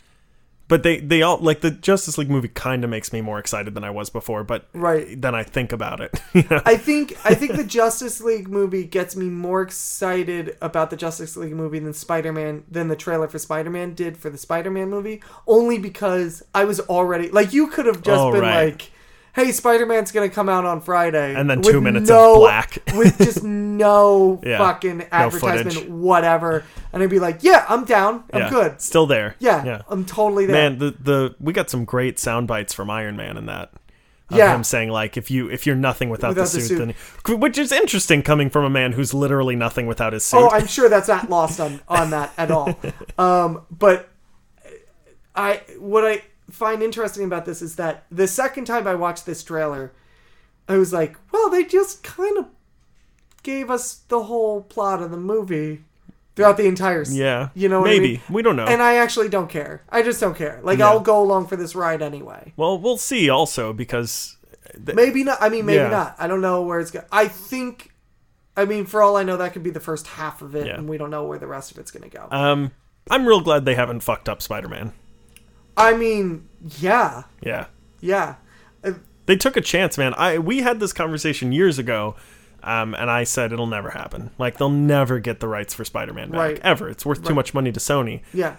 A: But they, they all like the Justice League movie kind of makes me more excited than I was before, but
B: Right.
A: then I think about it. you know?
B: I think I think the Justice League movie gets me more excited about the Justice League movie than Spider-Man than the trailer for Spider-Man did for the Spider-Man movie only because I was already like you could have just
A: Oh,
B: been
A: right.
B: like hey Spider-Man's going to come out on Friday
A: And then
B: with
A: two minutes of black.
B: with just no
A: Yeah.
B: fucking advertisement
A: footage.
B: whatever and I'd be like yeah I'm down I'm
A: Yeah.
B: good
A: Still there.
B: yeah,
A: Yeah.
B: I'm totally there
A: Man, the the we got some great sound bites from Iron Man in that. Of
B: Yeah.
A: him saying like if you if you're nothing without,
B: Without
A: the,
B: the
A: suit,
B: suit.
A: then which is interesting coming from a man who's literally nothing without his suit.
B: Oh, I'm sure that's not lost on on that at all. Um, but I what I find interesting about this is that the second time I watched this trailer, I was like, well, they just kind of gave us the whole plot of the movie throughout the entire. s-
A: yeah.
B: you know what I
A: maybe
B: mean?
A: we don't know.
B: And I actually don't care. I just don't care. Like
A: Yeah.
B: I'll go along for this ride anyway.
A: well, we'll see also because th-
B: Maybe not. I mean, maybe
A: Yeah.
B: not. I don't know where it's going. I think. I mean, for all I know, that could be the first half of it,
A: Yeah.
B: and we don't know where the rest of it's going to go.
A: um I'm real glad they haven't fucked up Spider-Man.
B: I mean, yeah,
A: Yeah.
B: yeah. Uh,
A: They took a chance, man. I we had this conversation years ago. Um, and I said it'll never happen. Like they'll never get the rights for Spider-Man back
B: Right.
A: ever. It's worth too much money to Sony.
B: yeah.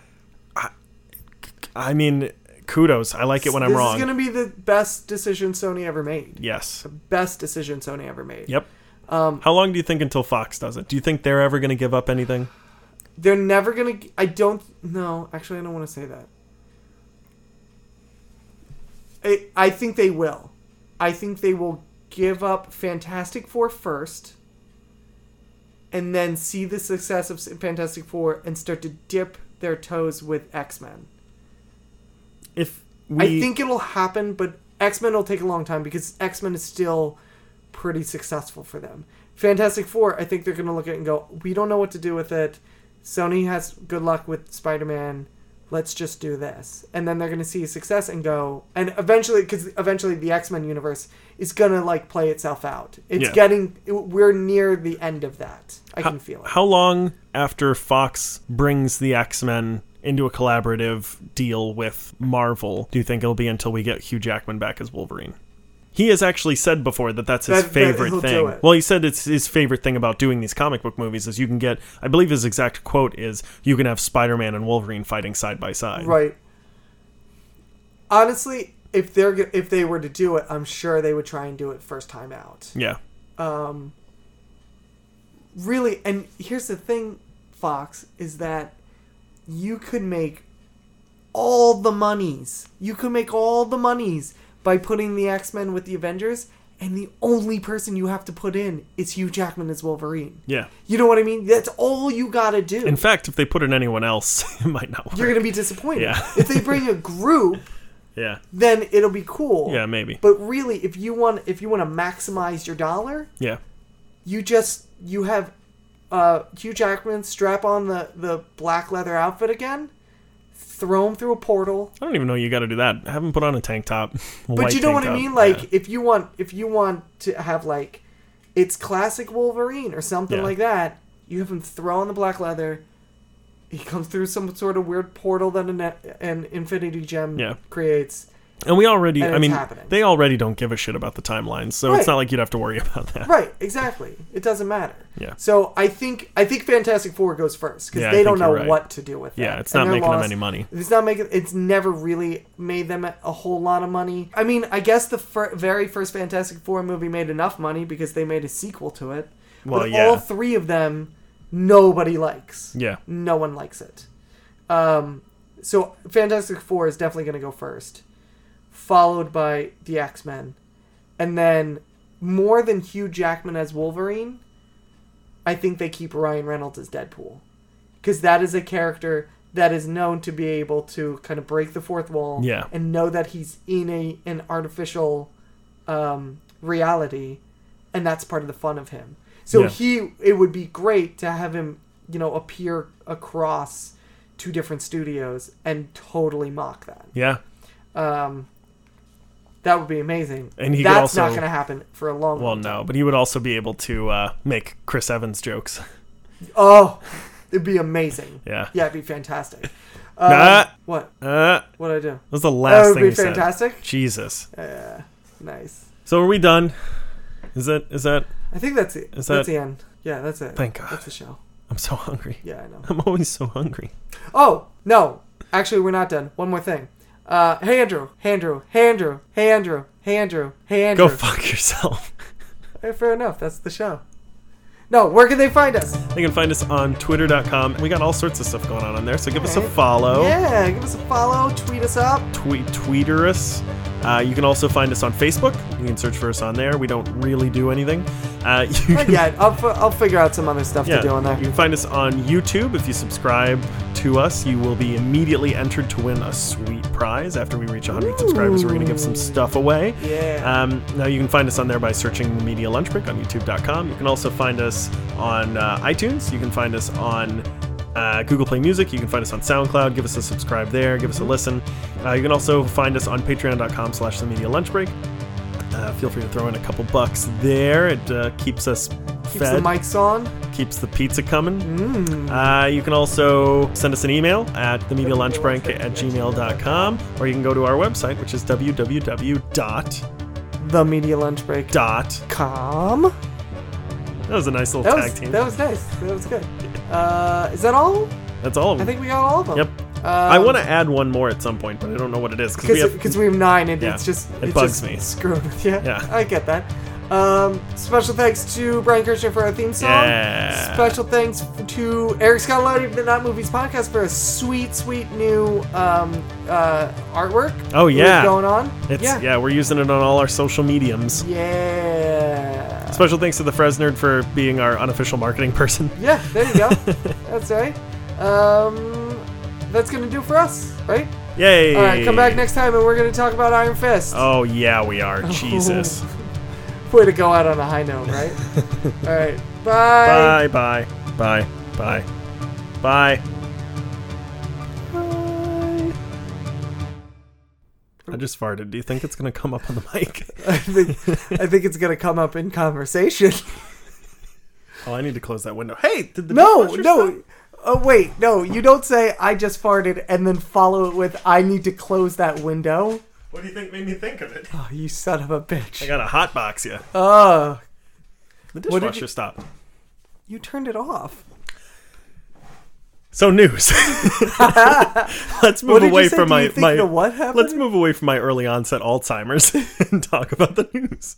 A: I mean, kudos. I like it when I'm
B: this
A: wrong.
B: is going to be the best decision Sony ever made.
A: Yes.
B: Best decision Sony ever made.
A: Yep.
B: Um,
A: How long do you think until Fox does it? Do you think they're ever going to give up anything?
B: They're never going to. I don't. No, actually, I don't want to say that. I, I think they will. I think they will give up Fantastic Four first. And then see the success of Fantastic Four and start to dip their toes with X Men.
A: If we,
B: I think it'll happen, but X Men will take a long time because X Men is still pretty successful for them. Fantastic Four, I think they're going to look at it and go, we don't know what to do with it. Sony has good luck with Spider Man. Let's just do this. And then they're going to see success and go, and eventually, because eventually the X Men universe is going to like play itself out. It's
A: Yeah.
B: getting, we're near the end of that. I can feel it.
A: how long after Fox brings the X Men into a collaborative deal with Marvel do you think it'll be until we get Hugh Jackman back as Wolverine? He has actually said before that that's his
B: That- that
A: favorite
B: he'll do
A: thing.
B: it.
A: Well, he said it's his favorite thing about doing these comic book movies is you can get. I believe his exact quote is, "You can have Spider-Man and Wolverine fighting side by side."
B: Right. Honestly, if they're go- if they were to do it, I'm sure they would try and do it first time out.
A: Yeah.
B: Um, really, and here's the thing, Fox, is that you could make all the monies. You could make all the monies by putting the X Men with the Avengers, and the only person you have to put in is Hugh Jackman as Wolverine.
A: Yeah.
B: You know what I mean? That's all you gotta do
A: In fact, if they put in anyone else, it might not work.
B: you're gonna be disappointed.
A: Yeah.
B: if they bring a group,
A: Yeah.
B: then it'll be cool.
A: Yeah, maybe.
B: But really, if you want if you want to maximize your dollar,
A: Yeah.
B: you just you have uh, Hugh Jackman strap on the the black leather outfit again, throw him through a portal.
A: I don't even know you got to do that. Have him put on a tank top.
B: But you know what I mean? Like if you want if you want to have like it's classic Wolverine or something
A: Yeah.
B: like that, you have him throw on the black leather. He comes through some sort of weird portal that an, an Infinity Gem
A: Yeah.
B: creates.
A: and we already.
B: and
A: I
B: it's
A: mean,
B: happening.
A: they already don't give a shit about the timelines, so
B: Right.
A: it's not like you'd have to worry about that.
B: Right, exactly. It doesn't matter.
A: Yeah.
B: So I think I think Fantastic Four goes first because
A: Yeah, I
B: they don't
A: think you're
B: know
A: right.
B: what to do with
A: Yeah,
B: that,
A: it's
B: and
A: not
B: they're
A: making them
B: lost.
A: any money.
B: It's not making. It's never really made them a whole lot of money. I mean, I guess the fir- very first Fantastic Four movie made enough money because they made a sequel to it.
A: Well,
B: but
A: yeah.
B: all three of them, nobody likes.
A: Yeah.
B: No one likes it. Um, so Fantastic Four is definitely going to go first, followed by the X Men, and then more than Hugh Jackman as Wolverine, I think they keep Ryan Reynolds as Deadpool, because that is a character that is known to be able to kind of break the fourth wall
A: Yeah.
B: and know that he's in a an artificial um, reality, and that's part of the fun of him. So
A: Yeah.
B: he, it would be great to have him, you know, appear across two different studios and totally mock that.
A: Yeah.
B: Um, that would be amazing.
A: And he could
B: that's not
A: also-
B: going to happen for a long.
A: Well,
B: long
A: no, but he would also be able to uh, make Chris Evans jokes.
B: time. Oh, it'd be amazing.
A: Yeah.
B: Yeah, it'd be fantastic. Um,
A: Nah.
B: What?
A: Uh, that
B: What would I do?
A: was the
B: That
A: last
B: would
A: thing
B: be
A: he said.
B: fantastic.
A: Jesus.
B: Uh, nice.
A: So are we done? Is that is that?
B: I think that's it.
A: Is
B: that's
A: that-
B: the end. Yeah, that's it.
A: Thank God.
B: That's the show.
A: I'm so hungry.
B: Yeah, I know.
A: I'm always so hungry.
B: Oh, no. Actually, we're not done. One more thing. Uh, hey, Andrew. Hey, Andrew. Hey, Andrew. Hey, Andrew. Hey, Andrew. Hey, Andrew.
A: Go fuck yourself.
B: Hey, fair enough. That's the show. No, where can they find us?
A: They can find us on twitter.com. We got all sorts of stuff going on on there, so give us a
B: Alright.
A: follow.
B: Yeah, give us a follow. Tweet us up.
A: Tweet tweeter us. Uh, you can also find us on Facebook. You can search for us on there. We don't really do anything. Uh, you
B: Not
A: can,
B: yet. I'll, fi- I'll figure out some other stuff to do on
A: You
B: there.
A: can find us on YouTube. If you subscribe to us, you will be immediately entered to win a sweet prize. After we reach 100 subscribers, we're going to give some stuff away.
B: Yeah.
A: Um, now you can find us on there by searching Media Lunch Break on YouTube.com. You can also find us on uh, iTunes. You can find us on uh, Google Play Music. You can find us on SoundCloud. Give us a subscribe there. Give us a
B: Mm-hmm.
A: listen. Uh, you can also find us on patreon.com slash the media lunch break. Uh, feel free to throw in a couple bucks there. It uh, keeps us
B: Keeps
A: fed
B: the mics on.
A: keeps the pizza coming. Uh, you can also send us an email at themedialunchbreak at gmail.com, or you can go to our website, which is www.dot.
B: The Media Lunch Break. Com.
A: That was a nice little
B: That
A: tag
B: was,
A: team.
B: that was nice. That was good. Uh, is that all?
A: That's all of
B: I
A: them.
B: think we got all of them.
A: Yep.
B: Um,
A: I want to add one more at some point, but I don't know what it is because we have.
B: because we, have nine and
A: Yeah,
B: it's just
A: it
B: it's
A: bugs
B: just
A: me.
B: Screwed with you.
A: Yeah.
B: I get that. Um, special thanks to Brian Kirchner for our theme song.
A: Yeah.
B: Special thanks f- to Eric Scottolotti of the Not Movies podcast for a sweet, sweet new um, uh, artwork.
A: Oh,
B: that we
A: yeah.
B: have going on.
A: It's, yeah.
B: yeah, yeah.
A: we're using it on all our social mediums.
B: yeah,
A: Special thanks to the Fresnerd for being our unofficial marketing person.
B: There you go. that's right. Um, that's gonna do for us, right?
A: Yay!
B: All right, come back next time and we're gonna talk about Iron Fist.
A: Oh yeah, we are. Jesus.
B: Way to go out on a high note, right? All right.
A: Bye
B: Bye.
A: bye bye bye bye. I just farted. Do you think it's gonna come up on the mic?
B: I think I think it's gonna come up in conversation.
A: Oh, I need to close that window. Hey, did the
B: No,
A: dishwasher
B: no.
A: stop?
B: Oh wait, no. You don't say I just farted and then follow it with I need to close that window.
A: What do you think made me think of it?
B: Oh, you son of a
A: I
B: bitch.
A: got a hot box. Yeah,
B: Oh,
A: the
B: did
A: dishwasher
B: you-
A: stopped.
B: you turned it off.
A: So news. let's move
B: What did
A: away
B: you say?
A: from
B: Do you
A: my
B: think
A: my.
B: the what happened?
A: Let's move away from my early onset Alzheimer's and talk about the news.